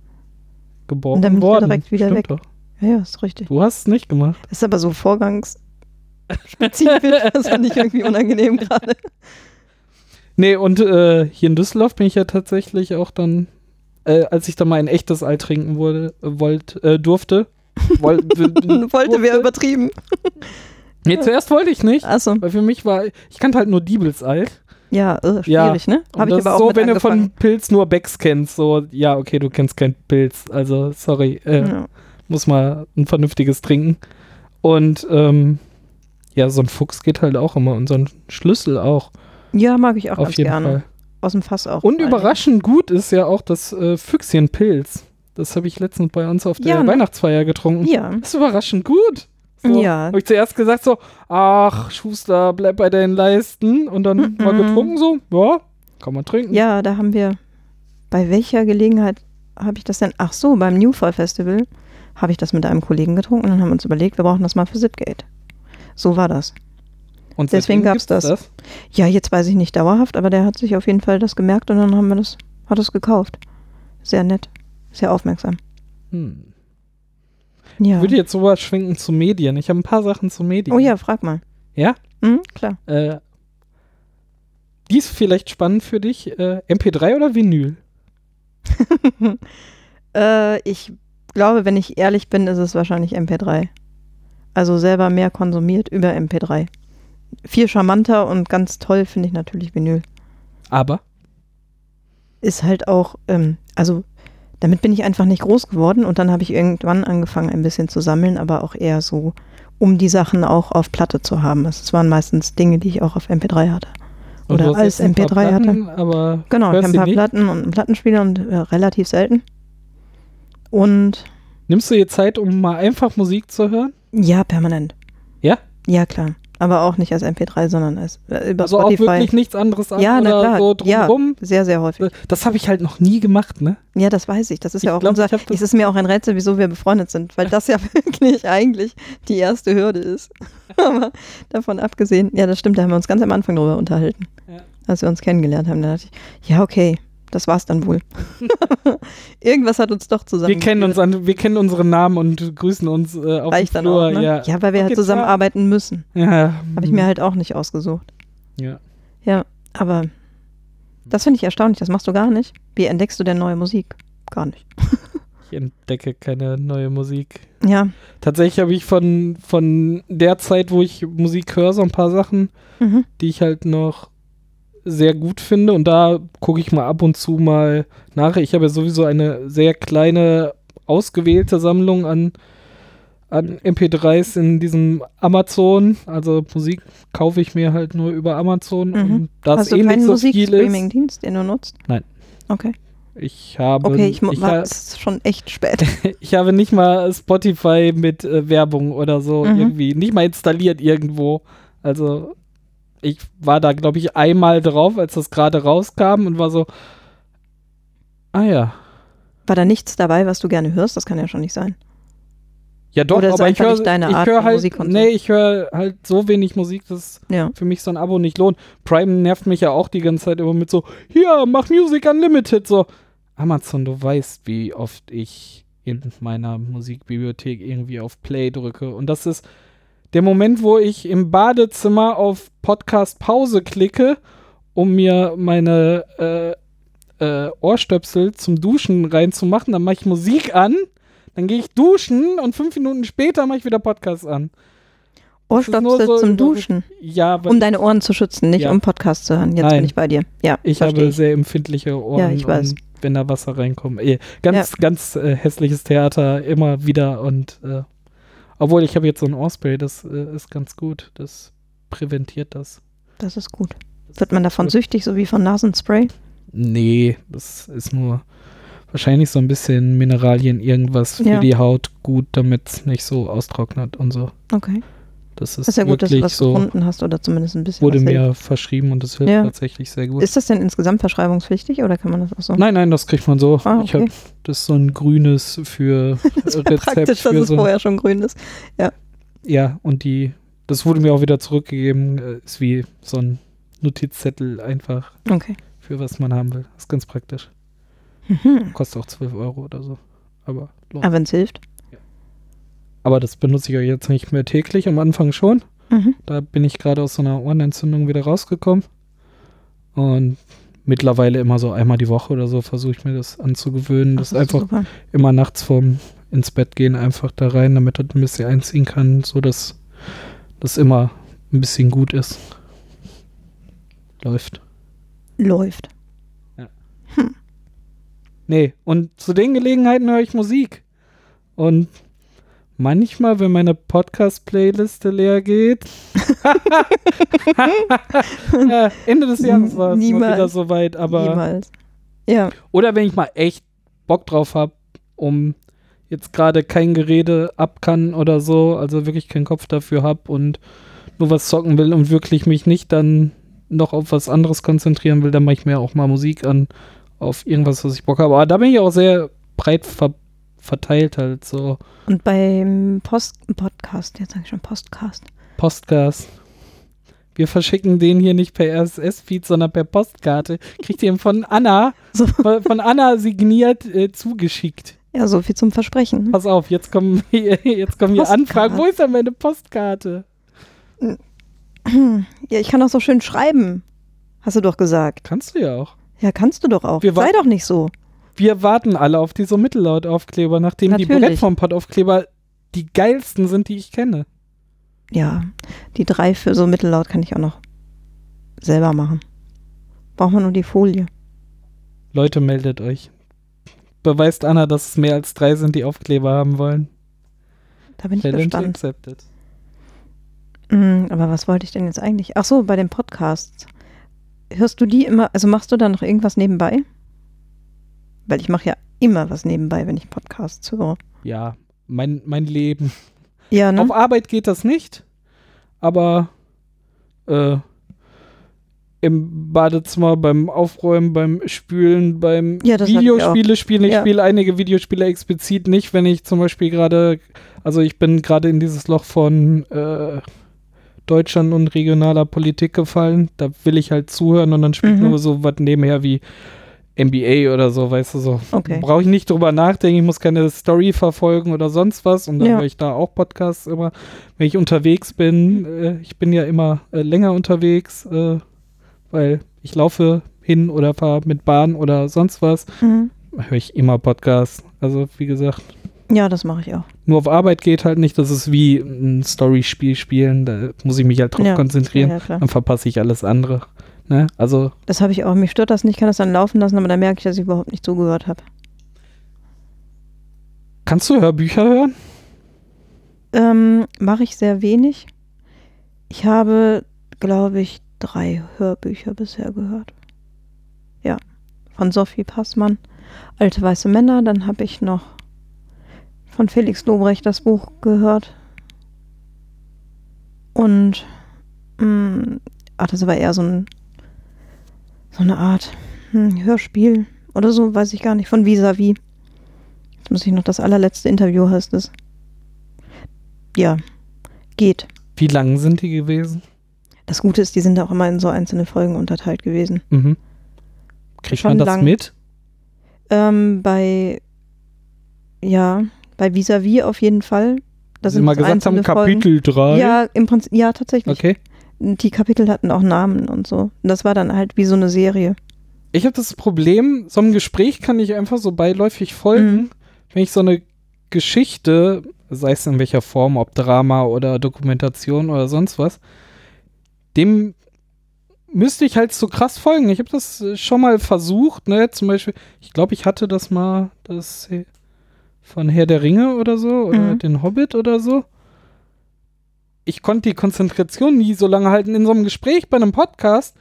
Speaker 2: geboren
Speaker 1: und dann bin ich ja
Speaker 2: worden.
Speaker 1: direkt wieder
Speaker 2: Stimmt
Speaker 1: weg.
Speaker 2: Doch.
Speaker 1: Ja, ja, ist richtig.
Speaker 2: Du hast es nicht gemacht.
Speaker 1: Das ist aber so vorgangsspezifisch, das fand ich irgendwie unangenehm gerade.
Speaker 2: Nee, und äh, hier in Düsseldorf bin ich ja tatsächlich auch dann, äh, als ich dann mal ein echtes Ei trinken wurde, äh, wollt, äh, durfte. Woll,
Speaker 1: Wollte, wäre
Speaker 2: durfte.
Speaker 1: übertrieben.
Speaker 2: Nee, zuerst wollte ich nicht.
Speaker 1: Achso,
Speaker 2: Weil für mich war, ich kannte halt nur Diebels alt.
Speaker 1: ja, äh,
Speaker 2: Ja,
Speaker 1: schwierig, ne?
Speaker 2: Und
Speaker 1: Habe ich
Speaker 2: das
Speaker 1: aber
Speaker 2: ist
Speaker 1: auch
Speaker 2: so,
Speaker 1: mit
Speaker 2: wenn du
Speaker 1: angefangen.
Speaker 2: von Pilz nur Becks kennst, so, ja, okay, du kennst keinen Pilz, also sorry, äh,
Speaker 1: ja.
Speaker 2: muss mal ein vernünftiges trinken. Und ähm, ja, so ein Fuchs geht halt auch immer und so ein Schlüssel auch,
Speaker 1: ja, mag ich auch
Speaker 2: auf
Speaker 1: ganz
Speaker 2: jeden
Speaker 1: gerne.
Speaker 2: Fall.
Speaker 1: Aus dem Fass auch.
Speaker 2: Und
Speaker 1: vor allem.
Speaker 2: überraschend gut ist ja auch das äh, Füchschenpilz. Das habe ich letztens bei uns auf der
Speaker 1: Ja, ne?
Speaker 2: Weihnachtsfeier getrunken.
Speaker 1: Ja,
Speaker 2: Das ist überraschend gut. So,
Speaker 1: Ja.
Speaker 2: Habe ich zuerst gesagt so, ach Schuster, bleib bei deinen Leisten. Und dann
Speaker 1: Mhm.
Speaker 2: mal getrunken so, ja, kann man trinken.
Speaker 1: ja, da haben wir. Bei welcher Gelegenheit habe ich das denn? Ach so, beim Newfall Festival habe ich das mit einem Kollegen getrunken und dann haben wir uns überlegt, wir brauchen das mal für Zipgate. So war das.
Speaker 2: Und
Speaker 1: deswegen
Speaker 2: seitdem
Speaker 1: gab's
Speaker 2: gibt's
Speaker 1: das. Ja, jetzt weiß ich nicht dauerhaft, aber der hat sich auf jeden Fall das gemerkt und dann haben wir das, hat es gekauft. Sehr nett, sehr aufmerksam.
Speaker 2: Hm.
Speaker 1: Ja.
Speaker 2: Ich würde jetzt sowas schwenken zu Medien. Ich habe ein paar Sachen zu Medien.
Speaker 1: Oh ja, frag mal.
Speaker 2: Ja?
Speaker 1: Mhm, klar.
Speaker 2: Äh, die ist vielleicht spannend für dich. Äh, MP3 oder Vinyl?
Speaker 1: Äh, ich glaube, wenn ich ehrlich bin, ist es wahrscheinlich MP3. Also selber mehr konsumiert über MP3. Viel charmanter und ganz toll finde ich natürlich Vinyl.
Speaker 2: Aber
Speaker 1: Ist halt auch, ähm, also damit bin ich einfach nicht groß geworden und dann habe ich irgendwann angefangen, ein bisschen zu sammeln, aber auch eher so, um die Sachen auch auf Platte zu haben. Also Es waren meistens Dinge, die ich auch auf MP3 hatte.
Speaker 2: Und
Speaker 1: Oder
Speaker 2: Also, du hast
Speaker 1: als
Speaker 2: jetzt ein paar
Speaker 1: MP3 hatte.
Speaker 2: Platten, Aber
Speaker 1: Genau, ich
Speaker 2: hörst
Speaker 1: habe ein
Speaker 2: sie
Speaker 1: paar
Speaker 2: nicht.
Speaker 1: Platten und einen Plattenspieler und äh, relativ selten. Und
Speaker 2: Nimmst du dir Zeit, um mal einfach Musik zu hören?
Speaker 1: ja, permanent.
Speaker 2: Ja?
Speaker 1: Ja, klar. Aber auch nicht als MP3, sondern als äh, über
Speaker 2: also
Speaker 1: Spotify.
Speaker 2: auch wirklich nichts anderes an
Speaker 1: ja,
Speaker 2: oder
Speaker 1: na klar.
Speaker 2: so
Speaker 1: ja,
Speaker 2: drumrum?
Speaker 1: sehr, sehr häufig.
Speaker 2: Das habe ich halt noch nie gemacht, ne?
Speaker 1: Ja, das weiß ich. Das ist ja
Speaker 2: Ich
Speaker 1: auch
Speaker 2: glaub,
Speaker 1: unser.
Speaker 2: ich hab das-
Speaker 1: es ist mir auch ein Rätsel, wieso wir befreundet sind, weil das ja wirklich eigentlich die erste Hürde ist. Aber davon abgesehen, ja, das stimmt, da haben wir uns ganz am Anfang drüber unterhalten,
Speaker 2: Ja.
Speaker 1: als wir uns kennengelernt haben. Da dachte ich, ja, okay, das war's dann wohl. Irgendwas hat uns doch zusammen.
Speaker 2: Wir kennen uns an, wir kennen unsere Namen und grüßen uns äh, auf
Speaker 1: Reicht dann
Speaker 2: dem Flur.
Speaker 1: auch, ne?
Speaker 2: ja. ja.
Speaker 1: weil wir
Speaker 2: Okay, Mhm.
Speaker 1: halt zusammenarbeiten müssen. Habe ich mir halt auch nicht ausgesucht.
Speaker 2: Ja.
Speaker 1: Ja, aber das finde ich erstaunlich. Das machst du gar nicht. Wie entdeckst du denn neue Musik? Gar nicht.
Speaker 2: Ich entdecke keine neue Musik.
Speaker 1: Ja.
Speaker 2: Tatsächlich habe ich von, von der Zeit, wo ich Musik höre, so ein paar Sachen,
Speaker 1: Mhm.
Speaker 2: die ich halt noch sehr gut finde. Und da gucke ich mal ab und zu mal nach. Ich habe ja sowieso eine sehr kleine, ausgewählte Sammlung an, an MP3s in diesem Amazon. Also Musik kaufe ich mir halt nur über Amazon.
Speaker 1: Mhm.
Speaker 2: Und da es
Speaker 1: Hast du
Speaker 2: eh nicht
Speaker 1: keinen
Speaker 2: so viel ist.
Speaker 1: Musikstreaming-Dienst, den du nutzt?
Speaker 2: Nein.
Speaker 1: Okay.
Speaker 2: Ich habe,
Speaker 1: Okay, ich, mu-
Speaker 2: ich,
Speaker 1: war,
Speaker 2: ha
Speaker 1: es ist schon echt spät.
Speaker 2: ich habe nicht mal Spotify mit äh, Werbung oder so
Speaker 1: Mhm.
Speaker 2: irgendwie. Nicht mal installiert irgendwo. Also ich war da, glaube ich, einmal drauf, als das gerade rauskam und war so, ah ja.
Speaker 1: War da nichts dabei, was du gerne hörst? Das kann ja schon nicht sein.
Speaker 2: Ja doch,
Speaker 1: Oder ist
Speaker 2: aber ich
Speaker 1: einfach
Speaker 2: höre
Speaker 1: nicht deine
Speaker 2: ich
Speaker 1: Art
Speaker 2: höre
Speaker 1: von
Speaker 2: halt,
Speaker 1: Musikkonsum?
Speaker 2: nee, ich höre halt so wenig Musik, dass
Speaker 1: Ja.
Speaker 2: für mich so ein Abo nicht lohnt. Prime nervt mich ja auch die ganze Zeit immer mit so, hier, mach Music Unlimited, so. Amazon, du weißt, wie oft ich in meiner Musikbibliothek irgendwie auf Play drücke. Und das ist der Moment, wo ich im Badezimmer auf Podcast Pause klicke, um mir meine äh, äh, Ohrstöpsel zum Duschen reinzumachen. Dann mache ich Musik an, dann gehe ich duschen und fünf Minuten später mache ich wieder Podcast an. nur
Speaker 1: Ohrstöpsel
Speaker 2: so
Speaker 1: Oh, zum
Speaker 2: über-
Speaker 1: Duschen.
Speaker 2: Ja, weil
Speaker 1: Um deine Ohren zu schützen, nicht
Speaker 2: Ja.
Speaker 1: um Podcast zu hören. Jetzt
Speaker 2: Nein.
Speaker 1: bin ich bei dir. Ja,
Speaker 2: ich
Speaker 1: verstehe
Speaker 2: habe sehr empfindliche Ohren.
Speaker 1: Ja, ich weiß.
Speaker 2: Und wenn da Wasser reinkommt. eh, Ganz, ganz äh, hässliches Theater, immer wieder. Und äh, obwohl ich habe jetzt so ein Ohrspray, das äh, ist ganz gut. Das präventiert das.
Speaker 1: Das ist gut. Wird man davon süchtig, so wie von Nasenspray?
Speaker 2: Nee, das ist nur wahrscheinlich so ein bisschen Mineralien, irgendwas für
Speaker 1: Ja.
Speaker 2: die Haut gut, damit es nicht so austrocknet und so.
Speaker 1: Okay.
Speaker 2: Das ist,
Speaker 1: Das ist ja gut, dass du
Speaker 2: wirklich
Speaker 1: was
Speaker 2: so,
Speaker 1: gefunden hast oder zumindest ein bisschen.
Speaker 2: wurde
Speaker 1: was
Speaker 2: mir verschrieben und das hilft
Speaker 1: Ja.
Speaker 2: tatsächlich sehr
Speaker 1: hilft.
Speaker 2: gut.
Speaker 1: Ist das denn insgesamt verschreibungspflichtig oder kann man das auch so?
Speaker 2: nein, nein, das kriegt man so.
Speaker 1: Oh. Ah,
Speaker 2: Ich habe
Speaker 1: okay.
Speaker 2: das ist so ein grünes für
Speaker 1: Das ist
Speaker 2: Rezept
Speaker 1: praktisch, dass
Speaker 2: für
Speaker 1: es
Speaker 2: so
Speaker 1: vorher schon grün ist.
Speaker 2: ja und die das wurde mir auch wieder zurückgegeben, äh, ist wie so ein Notizzettel einfach
Speaker 1: Okay.
Speaker 2: für was man haben will. Ist ganz praktisch.
Speaker 1: Mhm.
Speaker 2: Kostet auch 12 Euro oder so. Aber lohnt.
Speaker 1: Aber wenn es hilft.
Speaker 2: Aber das benutze ich ja jetzt nicht mehr täglich, am Anfang schon.
Speaker 1: Mhm.
Speaker 2: Da bin ich gerade aus so einer Ohrenentzündung wieder rausgekommen. Und mittlerweile immer so einmal die Woche oder so versuche ich mir das anzugewöhn. Das,
Speaker 1: Ach,
Speaker 2: einfach
Speaker 1: Super.
Speaker 2: immer nachts vorm ins Bett gehen einfach da rein, damit er ein bisschen einziehen kann, sodass das immer ein bisschen gut ist. Läuft.
Speaker 1: Läuft.
Speaker 2: Nee, und zu den Gelegenheiten höre ich Musik. Und manchmal, wenn meine Podcast-Playliste leer geht, Ja, Ende des Jahres war es mal
Speaker 1: Niemals.
Speaker 2: wieder soweit, aber
Speaker 1: Niemals. Ja.
Speaker 2: Oder wenn ich mal echt Bock drauf habe, um jetzt gerade kein Gerede ab kann oder so, also wirklich keinen Kopf dafür habe und nur was zocken will und wirklich mich nicht dann noch auf was anderes konzentrieren will, dann mache ich mir auch mal Musik an, auf irgendwas, was ich Bock habe. Aber da bin ich auch sehr breit ver verteilt halt, so
Speaker 1: Und beim Post Podcast, jetzt sage ich schon Podcast.
Speaker 2: Postcast. Wir verschicken den hier nicht per RSS-Feed, sondern per Postkarte. Kriegt ihr ihn von Anna,
Speaker 1: So.
Speaker 2: von Anna signiert äh, zugeschickt.
Speaker 1: Ja, so viel zum Versprechen. ne?
Speaker 2: Pass auf, jetzt kommen, jetzt kommen hier
Speaker 1: Postkarte.
Speaker 2: Anfragen. Wo ist denn meine Postkarte?
Speaker 1: Ja, ich kann auch so schön schreiben. Hast du doch gesagt.
Speaker 2: Kannst du ja auch.
Speaker 1: Ja, kannst du doch auch.
Speaker 2: Wir wa-
Speaker 1: Sei doch nicht so.
Speaker 2: Wir warten alle auf diese Mittellautaufkleber, nachdem die
Speaker 1: Natürlich.
Speaker 2: Brett vom Pottaufkleber die geilsten sind, die ich kenne.
Speaker 1: Ja, die drei für so mittellaut kann ich auch noch selber machen. Braucht man nur die Folie.
Speaker 2: Leute, meldet euch. Beweist Anna, dass es mehr als drei sind, die Aufkleber haben wollen.
Speaker 1: Da bin ich
Speaker 2: Challenge
Speaker 1: gespannt.
Speaker 2: accepted.
Speaker 1: Mm, aber was wollte ich denn jetzt eigentlich? Ach so, bei den Podcasts. Hörst du die immer, also machst du da noch irgendwas nebenbei? Weil ich mache ja immer was nebenbei, wenn ich Podcasts höre.
Speaker 2: Ja, mein, mein Leben.
Speaker 1: Ja, ne?
Speaker 2: Auf Arbeit geht das nicht, aber äh, im Badezimmer, beim Aufräumen, beim Spülen, beim
Speaker 1: Ja, das hatte ich
Speaker 2: Videospiele spielen. Ich
Speaker 1: Ja.
Speaker 2: spiele einige Videospiele explizit nicht, wenn ich zum Beispiel gerade, also ich bin gerade in dieses Loch von äh, Deutschland und regionaler Politik gefallen. Da will ich halt zuhören und dann spielt
Speaker 1: Mhm.
Speaker 2: nur so was nebenher wie NBA oder so, weißt du so.
Speaker 1: Okay.
Speaker 2: Brauche ich nicht drüber nachdenken, ich muss keine Story verfolgen oder sonst was. Und dann
Speaker 1: Ja.
Speaker 2: höre ich da auch Podcasts immer. Wenn ich unterwegs bin, äh, ich bin ja immer äh, länger unterwegs, äh, weil ich laufe hin oder fahre mit Bahn oder sonst was,
Speaker 1: Mhm.
Speaker 2: höre ich immer Podcasts. Also wie gesagt,
Speaker 1: Ja, das mache ich auch.
Speaker 2: nur auf Arbeit geht halt nicht. Das ist wie ein Story-Spiel spielen. Da muss ich mich halt drauf
Speaker 1: Ja.
Speaker 2: konzentrieren.
Speaker 1: Ja, klar.
Speaker 2: Dann verpasse ich alles andere. Ne? Also
Speaker 1: Das habe ich auch. Mich stört das nicht, ich kann das dann laufen lassen, aber dann merke ich, dass ich überhaupt nicht zugehört habe.
Speaker 2: kannst du Hörbücher hören?
Speaker 1: Ähm, mache ich sehr wenig. Ich habe, glaube ich, drei Hörbücher bisher gehört. Ja, von Sophie Passmann, Alte Weiße Männer. Dann habe ich noch von Felix Lobrecht das Buch gehört. Und, mh, ach, das war eher so, ein, so eine Art hm, Hörspiel oder so, weiß ich gar nicht, von Vis-a-Vis. Jetzt muss ich noch das allerletzte Interview, heißt es. Ja, geht.
Speaker 2: Wie lang sind die gewesen?
Speaker 1: Das Gute ist, die sind auch immer in so einzelne Folgen unterteilt gewesen.
Speaker 2: Mhm. Kriegt
Speaker 1: Schon
Speaker 2: man das
Speaker 1: lang.
Speaker 2: mit?
Speaker 1: Ähm, bei, ja, bei Vis-a-vis auf jeden Fall. Da
Speaker 2: Dass
Speaker 1: sind
Speaker 2: sie mal
Speaker 1: es
Speaker 2: gesagt haben,
Speaker 1: einzelne Folgen.
Speaker 2: Kapitel 3.
Speaker 1: Ja, im Prinzip, ja, tatsächlich.
Speaker 2: Okay.
Speaker 1: Die Kapitel hatten auch Namen und so. Und das war dann halt wie so eine Serie.
Speaker 2: Ich habe das Problem, so einem Gespräch kann ich einfach so beiläufig folgen, wenn ich so eine Geschichte sei es in welcher Form, ob Drama oder Dokumentation oder sonst was, dem müsste ich halt so krass folgen. Ich habe das äh, schon mal versucht, ne? Zum Beispiel, ich glaube, ich hatte das mal, das he- von Herr der Ringe oder so, oder
Speaker 1: Mhm.
Speaker 2: den Hobbit oder so. Ich konnte die Konzentration nie so lange halten. In so einem Gespräch bei einem Podcast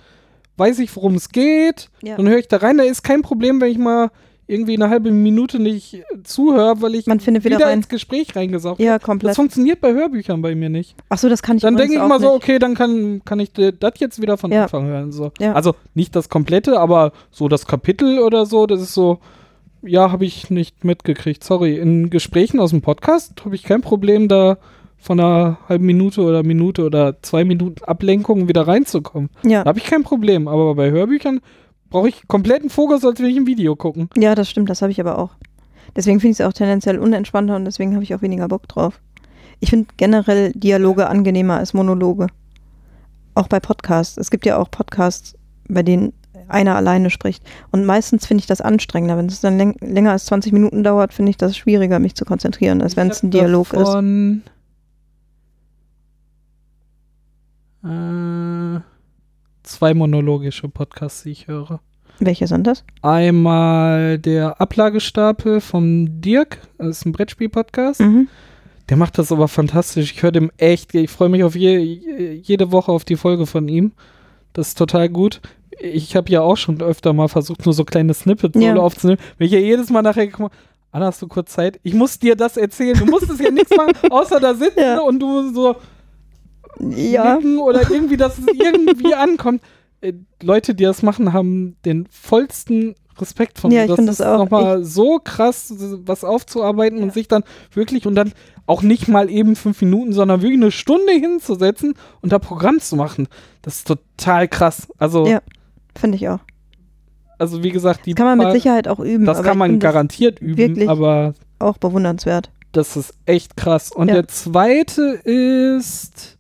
Speaker 2: weiß ich, worum es geht.
Speaker 1: Ja.
Speaker 2: Dann höre ich da rein. Da ist kein Problem, wenn ich mal irgendwie eine halbe Minute nicht äh, zuhöre, weil ich
Speaker 1: Man findet wieder rein.
Speaker 2: ins Gespräch reingesaugt.
Speaker 1: Ja,
Speaker 2: Das
Speaker 1: komplett.
Speaker 2: funktioniert bei Hörbüchern bei mir nicht.
Speaker 1: Achso, das kann ich
Speaker 2: Dann denke ich
Speaker 1: übrigens
Speaker 2: mal
Speaker 1: auch
Speaker 2: so,
Speaker 1: nicht.
Speaker 2: okay, dann kann, kann ich äh, das jetzt wieder von
Speaker 1: Ja.
Speaker 2: Anfang hören. So.
Speaker 1: Ja.
Speaker 2: Also nicht das komplette, aber so das Kapitel oder so, das ist so, ja, habe ich nicht mitgekriegt. Sorry. In Gesprächen aus dem Podcast habe ich kein Problem, da von einer halben Minute oder Minute oder zwei Minuten Ablenkung wieder reinzukommen.
Speaker 1: Ja.
Speaker 2: Da habe ich kein Problem. Aber bei Hörbüchern brauche ich kompletten Fokus, als würde ich ein Video gucken.
Speaker 1: ja, das stimmt, das habe ich aber auch. Deswegen finde ich es auch tendenziell unentspannter und deswegen habe ich auch weniger Bock drauf. Ich finde generell Dialoge angenehmer als Monologe. Auch bei Podcasts. Es gibt ja auch Podcasts, bei denen einer alleine spricht. Und meistens finde ich das anstrengender. Wenn es dann läng länger als 20 Minuten dauert, finde ich das schwieriger, mich zu konzentrieren, als wenn es ein Dialog ist.
Speaker 2: davon, Äh, zwei monologische Podcasts, die ich höre.
Speaker 1: Welche sind das?
Speaker 2: Einmal der Ablagestapel vom Dirk, das ist ein Brettspiel-Podcast.
Speaker 1: Mhm.
Speaker 2: Der macht das aber fantastisch. Ich höre dem echt, ich freue mich auf je, jede Woche auf die Folge von ihm. Das ist total gut. Ich habe ja auch schon öfter mal versucht, nur so kleine Snippets
Speaker 1: Ja.
Speaker 2: solo aufzunehmen. Wenn ich ja jedes Mal nachher gucke, Anna, hast du kurz Zeit? Ich muss dir das erzählen. Du musstest ja nichts machen, außer da sitzen
Speaker 1: Ja.
Speaker 2: und du so
Speaker 1: Ja.
Speaker 2: nicken oder irgendwie, dass es irgendwie ankommt. Äh, Leute, die das machen, haben den vollsten Respekt von
Speaker 1: Ja,
Speaker 2: mir.
Speaker 1: ich find das auch.
Speaker 2: nochmal so krass, was aufzuarbeiten und sich dann wirklich und dann auch nicht mal eben fünf Minuten, sondern wirklich eine Stunde hinzusetzen und da Programm zu machen. Das ist total krass. Also,
Speaker 1: Ja. Finde ich auch.
Speaker 2: also wie gesagt, die
Speaker 1: Das kann man mit
Speaker 2: paar-
Speaker 1: Sicherheit auch üben.
Speaker 2: das
Speaker 1: aber
Speaker 2: kann
Speaker 1: ich
Speaker 2: man
Speaker 1: finde das
Speaker 2: garantiert üben,
Speaker 1: wirklich-
Speaker 2: aber
Speaker 1: Auch bewundernswert.
Speaker 2: das ist echt krass. Und
Speaker 1: Ja.
Speaker 2: der zweite ist.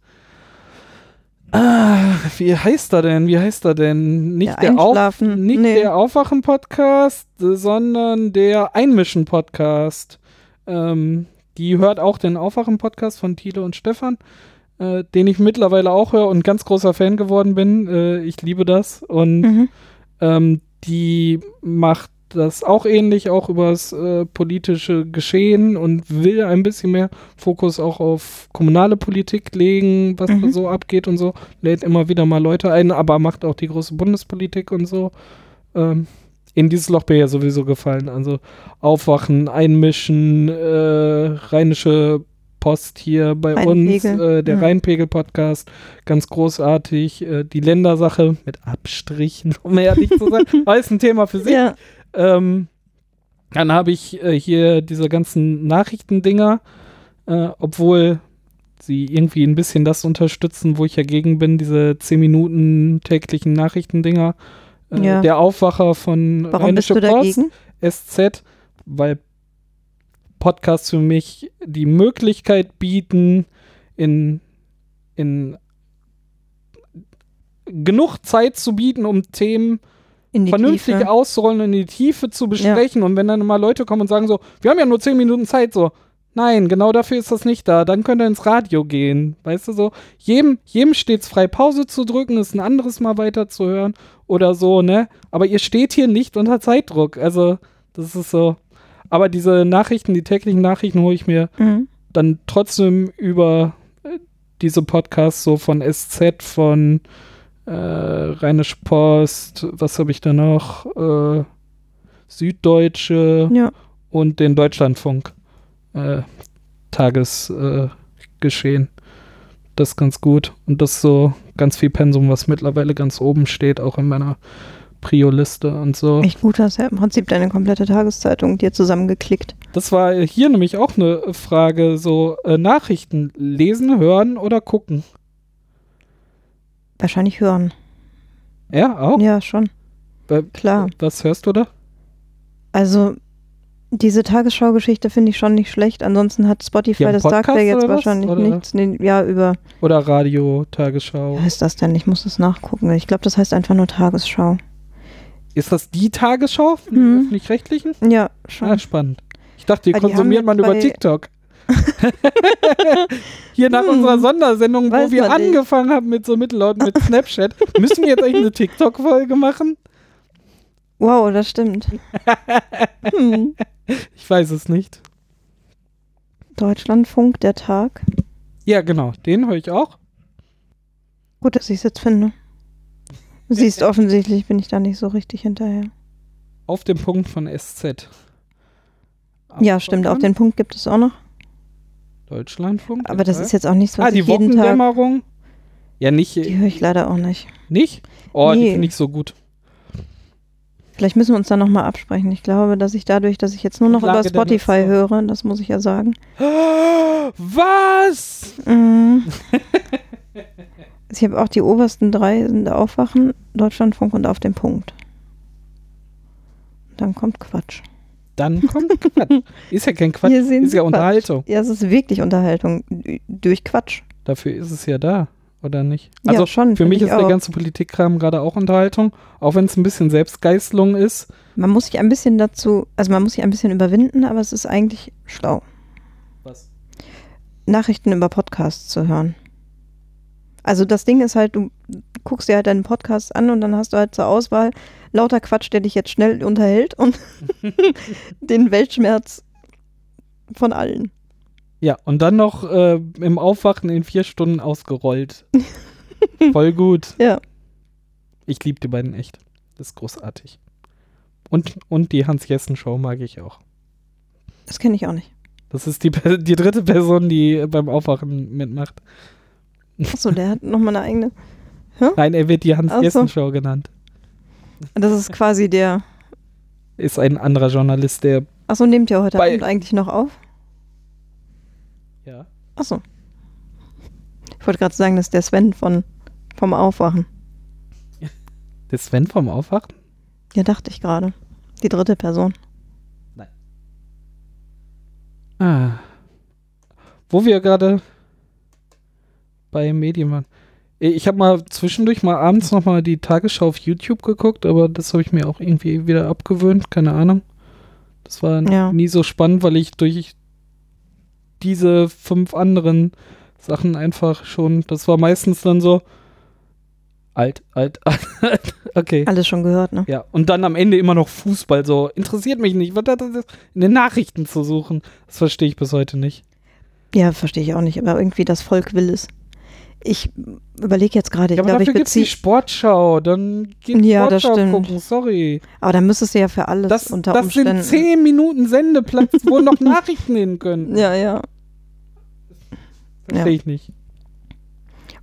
Speaker 2: Ah, wie heißt er denn? Wie heißt er denn? Nicht
Speaker 1: Ja,
Speaker 2: der, Auf,
Speaker 1: Einschlafen.
Speaker 2: nicht
Speaker 1: Nee.
Speaker 2: der Aufwachen-Podcast, sondern der Einmischen-Podcast. Ähm, die hört auch den Aufwachen-Podcast von Thilo und Stefan, äh, den ich mittlerweile auch höre und ganz großer Fan geworden bin. Äh, ich liebe das. Und
Speaker 1: Mhm.
Speaker 2: ähm, die macht das auch ähnlich, auch über das äh, politische Geschehen und will ein bisschen mehr Fokus auch auf kommunale Politik legen, was da
Speaker 1: Mhm.
Speaker 2: so abgeht und so. Lädt immer wieder mal Leute ein, aber macht auch die große Bundespolitik und so. Ähm, in dieses Loch bin ich ja sowieso gefallen. Also aufwachen, einmischen, äh, rheinische Post hier bei uns,
Speaker 1: Rheinpegel.
Speaker 2: äh, der
Speaker 1: Mhm.
Speaker 2: Rheinpegel-Podcast, ganz großartig. Äh, die Ländersache mit Abstrichen, um ehrlich zu sein, aber ist ein Thema für sich.
Speaker 1: Ja.
Speaker 2: Ähm, dann habe ich äh, hier diese ganzen Nachrichtendinger, äh, obwohl sie irgendwie ein bisschen das unterstützen, wo ich ja gegen bin, diese 10 Minuten täglichen Nachrichtendinger. Äh,
Speaker 1: Ja.
Speaker 2: Der Aufwacher von
Speaker 1: Warum bist
Speaker 2: Rheinische
Speaker 1: du
Speaker 2: Post,
Speaker 1: dagegen?
Speaker 2: SZ, weil Podcasts für mich die Möglichkeit bieten, in, in genug Zeit zu bieten, um Themen
Speaker 1: In die
Speaker 2: vernünftig
Speaker 1: Tiefe.
Speaker 2: auszurollen und in die Tiefe zu besprechen. Und wenn dann mal Leute kommen und sagen so, wir haben ja nur zehn Minuten Zeit, so, nein, genau dafür ist das nicht da. Dann könnt ihr ins Radio gehen. Weißt du so, jedem, jedem steht's frei, Pause zu drücken, es ein anderes Mal weiterzuhören oder so, ne? Aber ihr steht hier nicht unter Zeitdruck. Also, das ist so. Aber diese Nachrichten, die täglichen Nachrichten hole ich mir
Speaker 1: Mhm.
Speaker 2: dann trotzdem über äh, diese Podcasts so von SZ, von äh, Rheinische Post, was habe ich da noch? Äh, Süddeutsche
Speaker 1: Ja.
Speaker 2: und den Deutschlandfunk äh, Tagesgeschehen. Äh, Geschehen. das ist ganz gut. Und das ist so ganz viel Pensum, was mittlerweile ganz oben steht, auch in meiner Prio-Liste und so.
Speaker 1: Echt gut, hast ja im Prinzip deine komplette Tageszeitung dir zusammengeklickt.
Speaker 2: Das war hier nämlich auch eine Frage, so äh, Nachrichten lesen, hören oder gucken.
Speaker 1: Wahrscheinlich hören.
Speaker 2: Ja, auch.
Speaker 1: Ja, schon.
Speaker 2: Äh,
Speaker 1: Klar.
Speaker 2: Was hörst du da?
Speaker 1: Also, diese Tagesschau-Geschichte finde ich schon nicht schlecht. Ansonsten hat Spotify
Speaker 2: Ja,
Speaker 1: das
Speaker 2: Podcast
Speaker 1: Tagwerk jetzt
Speaker 2: oder was? Oh.
Speaker 1: wahrscheinlich
Speaker 2: Oder-
Speaker 1: nichts. Nee, ja, über.
Speaker 2: Oder Radio,
Speaker 1: Wie
Speaker 2: Tagesschau?
Speaker 1: heißt das denn? Ich muss das nachgucken. Ich glaube, das heißt einfach nur Tagesschau.
Speaker 2: Ist das die Tagesschau von
Speaker 1: Mhm.
Speaker 2: öffentlich-rechtlichen?
Speaker 1: Ja, schon.
Speaker 2: Ah, spannend. Ich dachte, die
Speaker 1: Weil die haben
Speaker 2: konsumiert man
Speaker 1: jetzt
Speaker 2: über
Speaker 1: bei-
Speaker 2: TikTok. Hier nach
Speaker 1: Hm.
Speaker 2: unserer Sondersendung,
Speaker 1: Weiß
Speaker 2: wo wir
Speaker 1: man nicht.
Speaker 2: angefangen haben mit so Mittellaut, mit Snapchat, müssen wir jetzt eigentlich eine TikTok-Folge machen?
Speaker 1: Wow, das stimmt. Hm.
Speaker 2: Ich weiß es nicht.
Speaker 1: Deutschlandfunk, der Tag.
Speaker 2: Ja, genau. Den höre ich auch.
Speaker 1: Gut, dass ich es jetzt finde. Siehst, offensichtlich bin ich da nicht so richtig hinterher.
Speaker 2: Auf dem Punkt von SZ.
Speaker 1: Ja, stimmt, auf den Punkt gibt es auch noch.
Speaker 2: Deutschlandfunk.
Speaker 1: Aber das
Speaker 2: ja.
Speaker 1: ist jetzt auch nichts, was
Speaker 2: Ah, die
Speaker 1: ich jeden Tag...
Speaker 2: Wochendämmerung. Ja, nicht. äh,
Speaker 1: Die höre ich leider auch nicht.
Speaker 2: Nicht? Oh, die
Speaker 1: Nee.
Speaker 2: finde ich so gut.
Speaker 1: Vielleicht müssen wir uns da nochmal absprechen. Ich glaube, dass ich dadurch, dass ich jetzt nur noch über
Speaker 2: Grundlage der
Speaker 1: Spotify
Speaker 2: Nutzung.
Speaker 1: höre, das muss ich ja sagen.
Speaker 2: Was?
Speaker 1: Mm. ich habe auch die obersten drei sind Aufwachen, Deutschlandfunk und auf dem Punkt. Dann kommt Quatsch.
Speaker 2: Dann kommt Quatsch. Ist ja kein Quatsch,
Speaker 1: Hier sehen
Speaker 2: ist ja
Speaker 1: Sie
Speaker 2: Unterhaltung.
Speaker 1: Ja, es ist wirklich Unterhaltung d- durch Quatsch.
Speaker 2: Dafür ist es ja da, oder nicht?
Speaker 1: Ja,
Speaker 2: Also
Speaker 1: schon,
Speaker 2: für
Speaker 1: find
Speaker 2: mich
Speaker 1: ich
Speaker 2: ist der
Speaker 1: auch.
Speaker 2: ganze Politikkram gerade auch Unterhaltung, auch wenn es ein bisschen Selbstgeißelung ist.
Speaker 1: Man muss sich ein bisschen dazu, also man muss sich ein bisschen überwinden, aber es ist eigentlich schlau,
Speaker 2: Was?
Speaker 1: Nachrichten über Podcasts zu hören. Also das Ding ist halt, du guckst dir halt deinen Podcast an und dann hast du halt zur Auswahl lauter Quatsch, der dich jetzt schnell unterhält und den Weltschmerz von allen.
Speaker 2: Ja, und dann noch äh, im Aufwachen in vier Stunden ausgerollt. Voll gut.
Speaker 1: Ja.
Speaker 2: Ich liebe die beiden echt. Das ist großartig. Und, und die Hans-Jessen-Show mag ich auch.
Speaker 1: Das kenne ich auch nicht.
Speaker 2: Das ist die, Per- die dritte Person, die beim Aufwachen mitmacht.
Speaker 1: Achso, der hat nochmal eine eigene.
Speaker 2: Nein, er wird die
Speaker 1: Ach so.
Speaker 2: Hans-Jessen-Show genannt.
Speaker 1: Das ist quasi der.
Speaker 2: Ist ein anderer Journalist, der.
Speaker 1: Achso, nehmt ihr heute
Speaker 2: Bei-
Speaker 1: Abend eigentlich noch auf?
Speaker 2: Ja.
Speaker 1: Achso. Ich wollte gerade sagen, das ist der Sven von, vom Aufwachen.
Speaker 2: Der Sven vom Aufwachen?
Speaker 1: Ja, dachte ich gerade. Die dritte Person.
Speaker 2: Ah. Wo wir gerade bei Medien waren. Ich habe mal zwischendurch mal abends nochmal die Tagesschau auf YouTube geguckt, aber das habe ich mir auch irgendwie wieder abgewöhnt, keine Ahnung. Das war
Speaker 1: Ja.
Speaker 2: nie so spannend, weil ich durch diese fünf anderen Sachen einfach schon, das war meistens dann so alt, alt, alt. Okay.
Speaker 1: Alles schon gehört, ne?
Speaker 2: Ja, und dann am Ende immer noch Fußball. So, interessiert mich nicht. Was hat das jetzt in den Nachrichten zu suchen? Das verstehe ich bis heute nicht.
Speaker 1: Ja, verstehe ich auch nicht, aber irgendwie das Volk will es. Ich überlege jetzt gerade, ich
Speaker 2: Ja, aber
Speaker 1: glaube, ich
Speaker 2: dafür gibt es die
Speaker 1: beziehe.
Speaker 2: Sportschau. Dann geht
Speaker 1: Ja, das
Speaker 2: Sportschau
Speaker 1: stimmt.
Speaker 2: gucken. Sorry.
Speaker 1: Aber dann müsstest du ja für alles
Speaker 2: Das,
Speaker 1: unter
Speaker 2: das
Speaker 1: Umständen.
Speaker 2: sind 10 Minuten Sendeplatz, wo noch Nachrichten hin können.
Speaker 1: ja, ja.
Speaker 2: Verstehe ich nicht.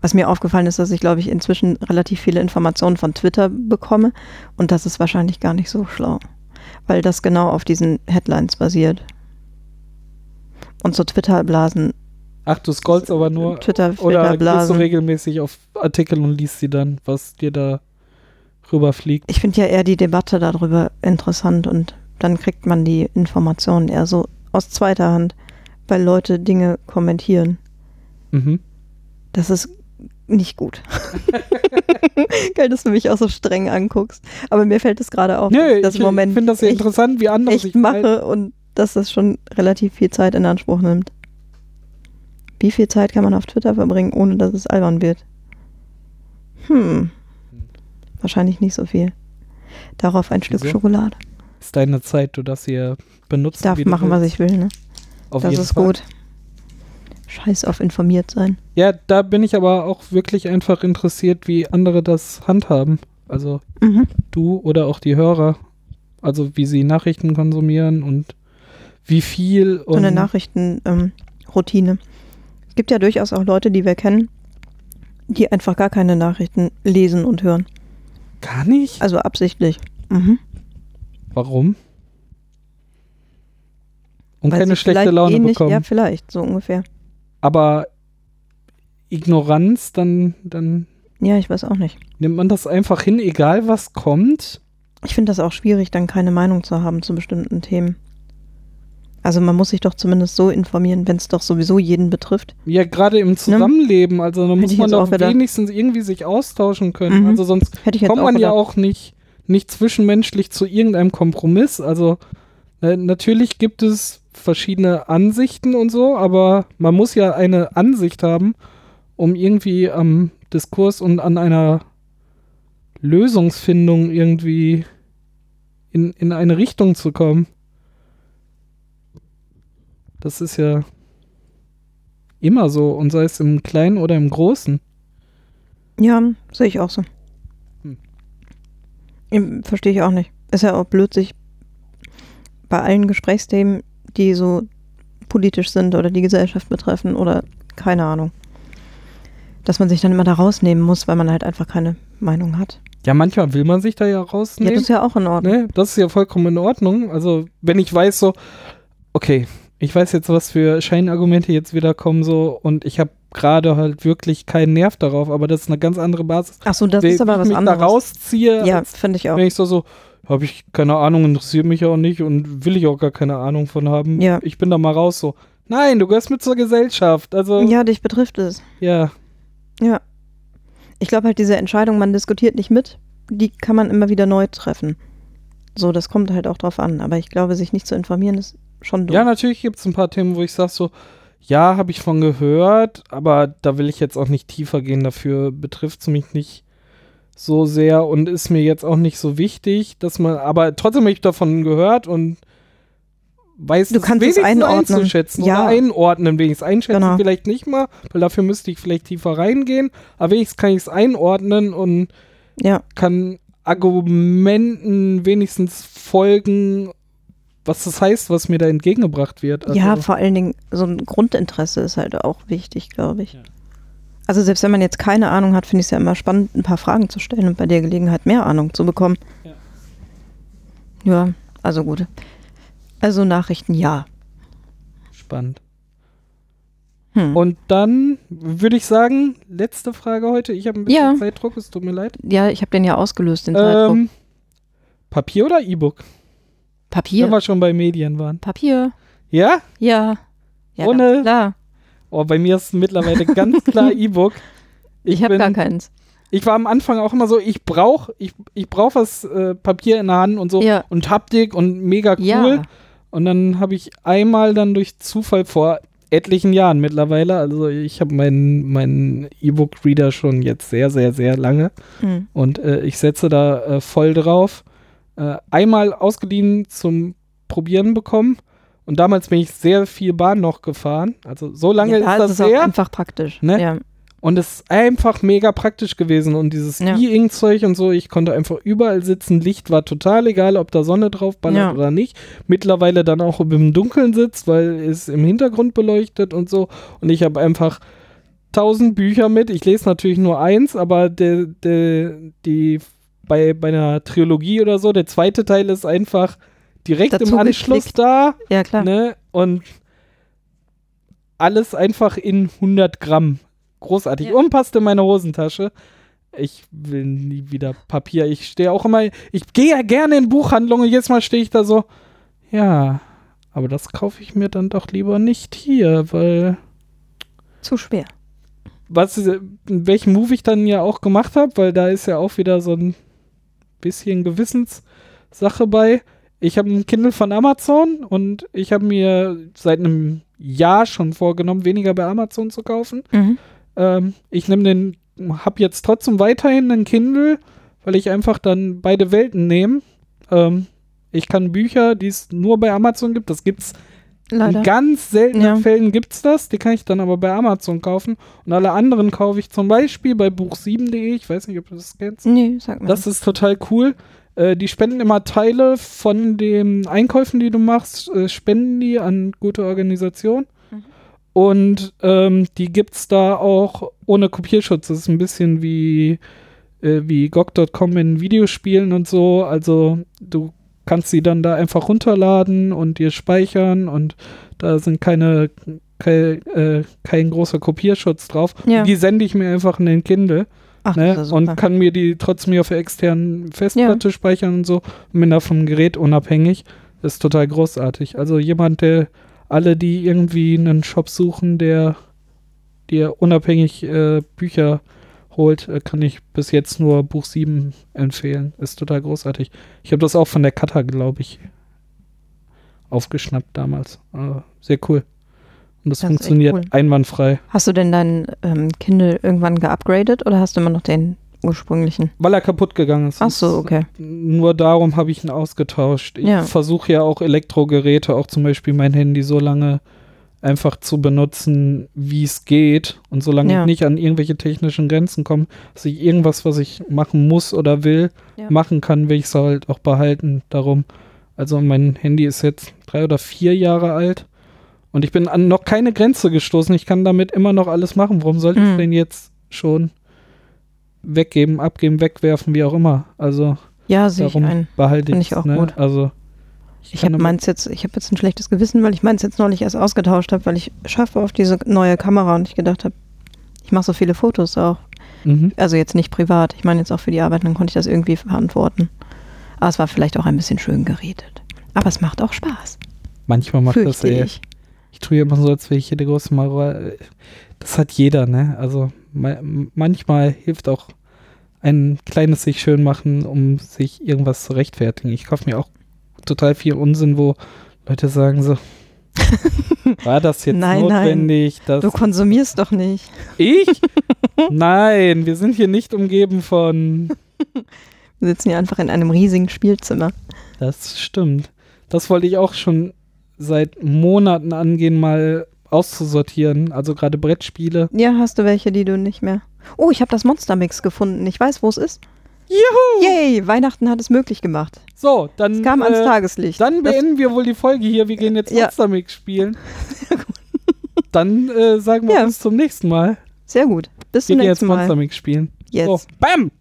Speaker 1: Was mir aufgefallen ist, dass ich, glaube ich, inzwischen relativ viele Informationen von Twitter bekomme und das ist wahrscheinlich gar nicht so schlau, weil das genau auf diesen Headlines basiert. Und so Twitter-Blasen,
Speaker 2: Ach, du scrollst aber nur.
Speaker 1: Twitter-
Speaker 2: Oder gehst du
Speaker 1: Filterblasen.
Speaker 2: regelmäßig auf Artikel und liest sie dann, was dir da rüberfliegt.
Speaker 1: ich finde ja eher die Debatte darüber interessant und dann kriegt man die Informationen eher so aus zweiter Hand, weil Leute Dinge kommentieren.
Speaker 2: Mhm.
Speaker 1: Das ist nicht gut. Geil, dass du mich auch so streng anguckst. Aber mir fällt es gerade auf, dass
Speaker 2: Nö,
Speaker 1: ich das
Speaker 2: ich
Speaker 1: im Moment
Speaker 2: finde das eh ja
Speaker 1: echt
Speaker 2: interessant, wie andere sich
Speaker 1: echt mache und dass das schon relativ viel Zeit in Anspruch nimmt. Wie viel Zeit kann man auf Twitter verbringen, ohne dass es albern wird? Hm. Wahrscheinlich nicht so viel. Darauf ein Stück
Speaker 2: Wieso?
Speaker 1: Schokolade.
Speaker 2: ist deine Zeit, du das hier benutzt.
Speaker 1: Ich darf machen, was ich will, ne?
Speaker 2: Auf
Speaker 1: das
Speaker 2: jeden
Speaker 1: ist
Speaker 2: Fall.
Speaker 1: gut. Scheiß auf informiert sein.
Speaker 2: Ja, da bin ich aber auch wirklich einfach interessiert, wie andere das handhaben. Also
Speaker 1: Mhm.
Speaker 2: du oder auch die Hörer. Also wie sie Nachrichten konsumieren und wie viel
Speaker 1: So
Speaker 2: und
Speaker 1: eine Nachrichtenroutine. Ähm, Routine. es gibt ja durchaus auch Leute, die wir kennen, die einfach gar keine Nachrichten lesen und hören.
Speaker 2: gar nicht.
Speaker 1: Also absichtlich. Mhm.
Speaker 2: Warum? Und
Speaker 1: Weil
Speaker 2: keine
Speaker 1: sie
Speaker 2: schlechte
Speaker 1: vielleicht
Speaker 2: Laune
Speaker 1: eh nicht,
Speaker 2: bekommen.
Speaker 1: Ja, vielleicht, so ungefähr.
Speaker 2: Aber Ignoranz, dann, dann
Speaker 1: Ja, ich weiß auch nicht.
Speaker 2: nimmt man das einfach hin, egal was kommt.
Speaker 1: Ich finde das auch schwierig, dann keine Meinung zu haben zu bestimmten Themen. Also man muss sich doch zumindest so informieren, wenn es doch sowieso jeden betrifft.
Speaker 2: Ja, gerade im Zusammenleben, also da muss
Speaker 1: Ne? ich
Speaker 2: man
Speaker 1: jetzt
Speaker 2: doch
Speaker 1: auch gedacht.
Speaker 2: wenigstens irgendwie sich austauschen können.
Speaker 1: Mhm.
Speaker 2: Also sonst
Speaker 1: Hätte ich jetzt
Speaker 2: kommt
Speaker 1: auch
Speaker 2: man ja
Speaker 1: gedacht.
Speaker 2: auch nicht, nicht zwischenmenschlich zu irgendeinem Kompromiss. Also Äh, natürlich gibt es verschiedene Ansichten und so, aber man muss ja eine Ansicht haben, um irgendwie am Diskurs und an einer Lösungsfindung irgendwie in, in eine Richtung zu kommen. Das ist ja immer so und sei es im Kleinen oder im Großen.
Speaker 1: Ja, sehe ich auch so.
Speaker 2: Hm.
Speaker 1: Eben, Verstehe ich auch nicht. Ist ja auch blöd, sich bei allen Gesprächsthemen, die so politisch sind oder die Gesellschaft betreffen oder keine Ahnung, dass man sich dann immer da rausnehmen muss, weil man halt einfach keine Meinung hat.
Speaker 2: Ja, manchmal will man sich da ja
Speaker 1: Ja,
Speaker 2: rausnehmen.
Speaker 1: das ist ja auch in Ordnung.
Speaker 2: ne? Das ist ja vollkommen in Ordnung. Also, wenn ich weiß, so, okay, ich weiß jetzt, was für Scheinargumente jetzt wieder kommen, so, und ich habe gerade halt wirklich keinen Nerv darauf, aber das ist eine ganz andere Basis.
Speaker 1: Ach so, das
Speaker 2: Wenn
Speaker 1: ist aber
Speaker 2: ich
Speaker 1: was
Speaker 2: mich
Speaker 1: anderes.
Speaker 2: da rausziehe,
Speaker 1: ja,
Speaker 2: als
Speaker 1: finde ich auch.
Speaker 2: wenn ich so, so, habe ich keine Ahnung, interessiert mich auch nicht und will ich auch gar keine Ahnung von haben.
Speaker 1: Ja.
Speaker 2: Ich bin da mal raus, so. Nein, du gehörst mit zur Gesellschaft. Also, ja.
Speaker 1: Ja, dich betrifft es. Ja. Ich glaube halt, diese Entscheidung, man diskutiert nicht mit, die kann man immer wieder neu treffen. So, das kommt halt auch drauf an. Aber ich glaube, sich nicht zu informieren, ist schon doof.
Speaker 2: Ja, natürlich gibt es ein paar Themen, wo ich sage so, ja, habe ich von gehört, aber da will ich jetzt auch nicht tiefer gehen. Dafür betrifft es mich nicht so sehr und ist mir jetzt auch nicht so wichtig, dass man, aber trotzdem habe ich davon gehört und weiß
Speaker 1: Du kannst es
Speaker 2: wenigstens
Speaker 1: einordnen.
Speaker 2: einzuschätzen
Speaker 1: Ja.
Speaker 2: oder einordnen wenigstens. Einschätzen
Speaker 1: Genau.
Speaker 2: vielleicht nicht mal, weil dafür müsste ich vielleicht tiefer reingehen, aber wenigstens kann ich es einordnen und
Speaker 1: Ja,
Speaker 2: kann Argumenten wenigstens folgen, was das heißt, was mir da entgegengebracht wird.
Speaker 1: ja
Speaker 2: Also-
Speaker 1: vor allen Dingen, so ein Grundinteresse ist halt auch wichtig, glaube ich. Also selbst wenn man jetzt keine Ahnung hat, finde ich es ja immer spannend, ein paar Fragen zu stellen und bei der Gelegenheit mehr Ahnung zu bekommen.
Speaker 2: Ja.
Speaker 1: Ja, also gut. Also Nachrichten, ja.
Speaker 2: Spannend.
Speaker 1: Hm.
Speaker 2: Und dann würde ich sagen, letzte Frage heute. Ich habe ein bisschen
Speaker 1: Ja.
Speaker 2: Zeitdruck, es tut mir leid.
Speaker 1: Ja, ich habe den ja ausgelöst, den Zeitdruck.
Speaker 2: Ähm, Papier oder E-Book?
Speaker 1: Papier.
Speaker 2: Wenn wir schon bei Medien waren.
Speaker 1: Papier.
Speaker 2: Ja?
Speaker 1: Ja. ja
Speaker 2: Ohne-
Speaker 1: ganz Klar.
Speaker 2: Oh, bei mir ist mittlerweile ganz klar E-Book.
Speaker 1: Ich, habe
Speaker 2: bin-
Speaker 1: gar keins.
Speaker 2: Ich war am Anfang auch immer so, ich brauche ich, ich brauch was äh, Papier in der Hand und so
Speaker 1: Ja.
Speaker 2: und Haptik und mega cool.
Speaker 1: Ja.
Speaker 2: Und dann habe ich einmal dann durch Zufall vor etlichen Jahren mittlerweile, also ich habe meinen meinen E-Book-Reader schon jetzt sehr, sehr, sehr lange.
Speaker 1: Hm.
Speaker 2: Und äh, ich setze da äh, voll drauf. Äh, einmal ausgeliehen zum Probieren bekommen. Und damals bin ich sehr viel Bahn noch gefahren. Also so lange
Speaker 1: ja,
Speaker 2: ist das
Speaker 1: es auch
Speaker 2: her.
Speaker 1: einfach praktisch.
Speaker 2: Ne?
Speaker 1: Ja.
Speaker 2: Und es ist einfach mega praktisch gewesen. Und dieses
Speaker 1: Ja.
Speaker 2: E-Ink-Zeug und so, ich konnte einfach überall sitzen. Licht war total egal, ob da Sonne drauf
Speaker 1: Ja.
Speaker 2: ballert oder nicht. Mittlerweile dann auch ob im Dunkeln sitzt, weil es im Hintergrund beleuchtet und so. Und ich habe einfach tausend Bücher mit. Ich lese natürlich nur eins, aber der, der, die bei, bei einer Trilogie oder so, der zweite Teil ist einfach direkt im
Speaker 1: Dazu
Speaker 2: Anschluss
Speaker 1: geklickt.
Speaker 2: da.
Speaker 1: ja, klar.
Speaker 2: Ne? Und alles einfach in 100 Gramm. Großartig.
Speaker 1: Ja.
Speaker 2: Und passt in meine Hosentasche. Ich will nie wieder Papier. Ich stehe auch immer, ich gehe ja gerne in Buchhandlungen. Jetzt mal stehe ich da so, ja, aber das kaufe ich mir dann doch lieber nicht hier, weil
Speaker 1: Zu schwer.
Speaker 2: was, welchen Move ich dann ja auch gemacht habe, weil da ist ja auch wieder so ein bisschen Gewissenssache bei. Ich habe ein Kindle von Amazon und ich habe mir seit einem Jahr schon vorgenommen, weniger bei Amazon zu kaufen.
Speaker 1: Mhm.
Speaker 2: Ähm, ich nehme den, habe jetzt trotzdem weiterhin einen Kindle, weil ich einfach dann beide Welten nehme. Ähm, ich kann Bücher, die es nur bei Amazon gibt, das gibt's in
Speaker 1: Leider.
Speaker 2: ganz seltenen
Speaker 1: Ja.
Speaker 2: Fällen gibt es das. Die kann ich dann aber bei Amazon kaufen. Und alle anderen kaufe ich zum Beispiel bei buch7.de. Ich weiß nicht, ob du das kennst.
Speaker 1: Nee, sag mal.
Speaker 2: Das ist total cool. Äh, die spenden immer Teile von den Einkäufen, die du machst, äh, spenden die an gute Organisationen.
Speaker 1: Mhm.
Speaker 2: Und ähm, die gibt es da auch ohne Kopierschutz. Das ist ein bisschen wie, äh, wie GOG.com in Videospielen und so. Also du kannst sie dann da einfach runterladen und dir speichern und da sind keine, kein, äh, kein großer Kopierschutz drauf.
Speaker 1: Ja.
Speaker 2: Die sende ich mir einfach in den Kindle
Speaker 1: Ach, das
Speaker 2: ne?
Speaker 1: ist ja
Speaker 2: und
Speaker 1: super.
Speaker 2: kann mir die trotzdem hier auf der externen Festplatte speichern und so. Bin da vom Gerät unabhängig. Das ist total großartig. Also jemand, der alle, die irgendwie einen Shop suchen, der dir unabhängig äh, Bücher holt, äh, kann ich bis jetzt nur Buch 7 empfehlen. Ist total großartig. Ich habe das auch von der Kata, glaube ich, aufgeschnappt damals. Äh, sehr cool. Und
Speaker 1: Das
Speaker 2: das,
Speaker 1: ist echt
Speaker 2: funktioniert
Speaker 1: cool.
Speaker 2: einwandfrei.
Speaker 1: Hast du denn deinen ähm, Kindle irgendwann geupgradet oder hast du immer noch den ursprünglichen?
Speaker 2: Weil er kaputt gegangen ist.
Speaker 1: Ach so, okay.
Speaker 2: Nur darum habe ich ihn ausgetauscht. Ich
Speaker 1: Ja.
Speaker 2: versuche ja auch Elektrogeräte, auch zum Beispiel mein Handy, so lange einfach zu benutzen, wie es geht. Und solange
Speaker 1: Ja.
Speaker 2: ich nicht an irgendwelche technischen Grenzen komme, dass ich irgendwas, was ich machen muss oder will,
Speaker 1: Ja.
Speaker 2: machen kann, will ich es halt auch behalten. Darum, also mein Handy ist jetzt drei oder vier Jahre alt und ich bin an noch keine Grenze gestoßen. Ich kann damit immer noch alles machen. Warum sollte ich
Speaker 1: Mhm.
Speaker 2: den jetzt schon weggeben, abgeben, wegwerfen, wie auch immer? Also
Speaker 1: Ja, sehe ich
Speaker 2: darum
Speaker 1: ein.
Speaker 2: behalte
Speaker 1: Finde
Speaker 2: ich's,
Speaker 1: ich auch
Speaker 2: ne?
Speaker 1: gut.
Speaker 2: Also
Speaker 1: Ich
Speaker 2: kann
Speaker 1: habe
Speaker 2: damit-
Speaker 1: meins jetzt, ich habe jetzt ein schlechtes Gewissen, weil ich meins jetzt neulich erst ausgetauscht habe, weil ich scharf war auf diese neue Kamera und ich gedacht habe, ich mache so viele Fotos auch.
Speaker 2: Mhm.
Speaker 1: Also jetzt nicht privat, ich meine jetzt auch für die Arbeit, dann konnte ich das irgendwie verantworten. Aber es war vielleicht auch ein bisschen schön geredet. Aber es macht auch Spaß,
Speaker 2: Manchmal macht das
Speaker 1: fürchte
Speaker 2: eh.
Speaker 1: ich.
Speaker 2: Ich tue immer so, als wäre ich hier der große Maurer. Das hat jeder, ne? Also ma manchmal hilft auch ein kleines sich schön machen, um sich irgendwas zu rechtfertigen. Ich kaufe mir auch total viel Unsinn, wo Leute sagen so, war das jetzt
Speaker 1: Nein, nein.
Speaker 2: notwendig?
Speaker 1: Du
Speaker 2: Dass
Speaker 1: konsumierst doch nicht.
Speaker 2: ich? Nein, wir sind hier nicht umgeben von.
Speaker 1: Wir sitzen hier einfach in einem riesigen Spielzimmer.
Speaker 2: Das stimmt. Das wollte ich auch schon seit Monaten angehen, mal auszusortieren. Also gerade Brettspiele.
Speaker 1: Ja, hast du welche, die du nicht mehr. Oh, ich habe das Monstermix gefunden. Ich weiß, wo es ist.
Speaker 2: Juhu!
Speaker 1: Yay, Weihnachten hat es möglich gemacht.
Speaker 2: So, dann.
Speaker 1: Es kam ans
Speaker 2: äh,
Speaker 1: Tageslicht.
Speaker 2: Dann
Speaker 1: Das- Äh,
Speaker 2: beenden wir wohl die Folge hier. Wir gehen jetzt
Speaker 1: Ja.
Speaker 2: Monster Mix spielen. Dann äh, sagen wir
Speaker 1: Ja.
Speaker 2: uns zum nächsten Mal.
Speaker 1: Sehr gut. Bis
Speaker 2: Wir
Speaker 1: zum
Speaker 2: gehen jetzt Oh.
Speaker 1: nächsten Mal.
Speaker 2: Monster Mix spielen.
Speaker 1: Jetzt.
Speaker 2: So, bam!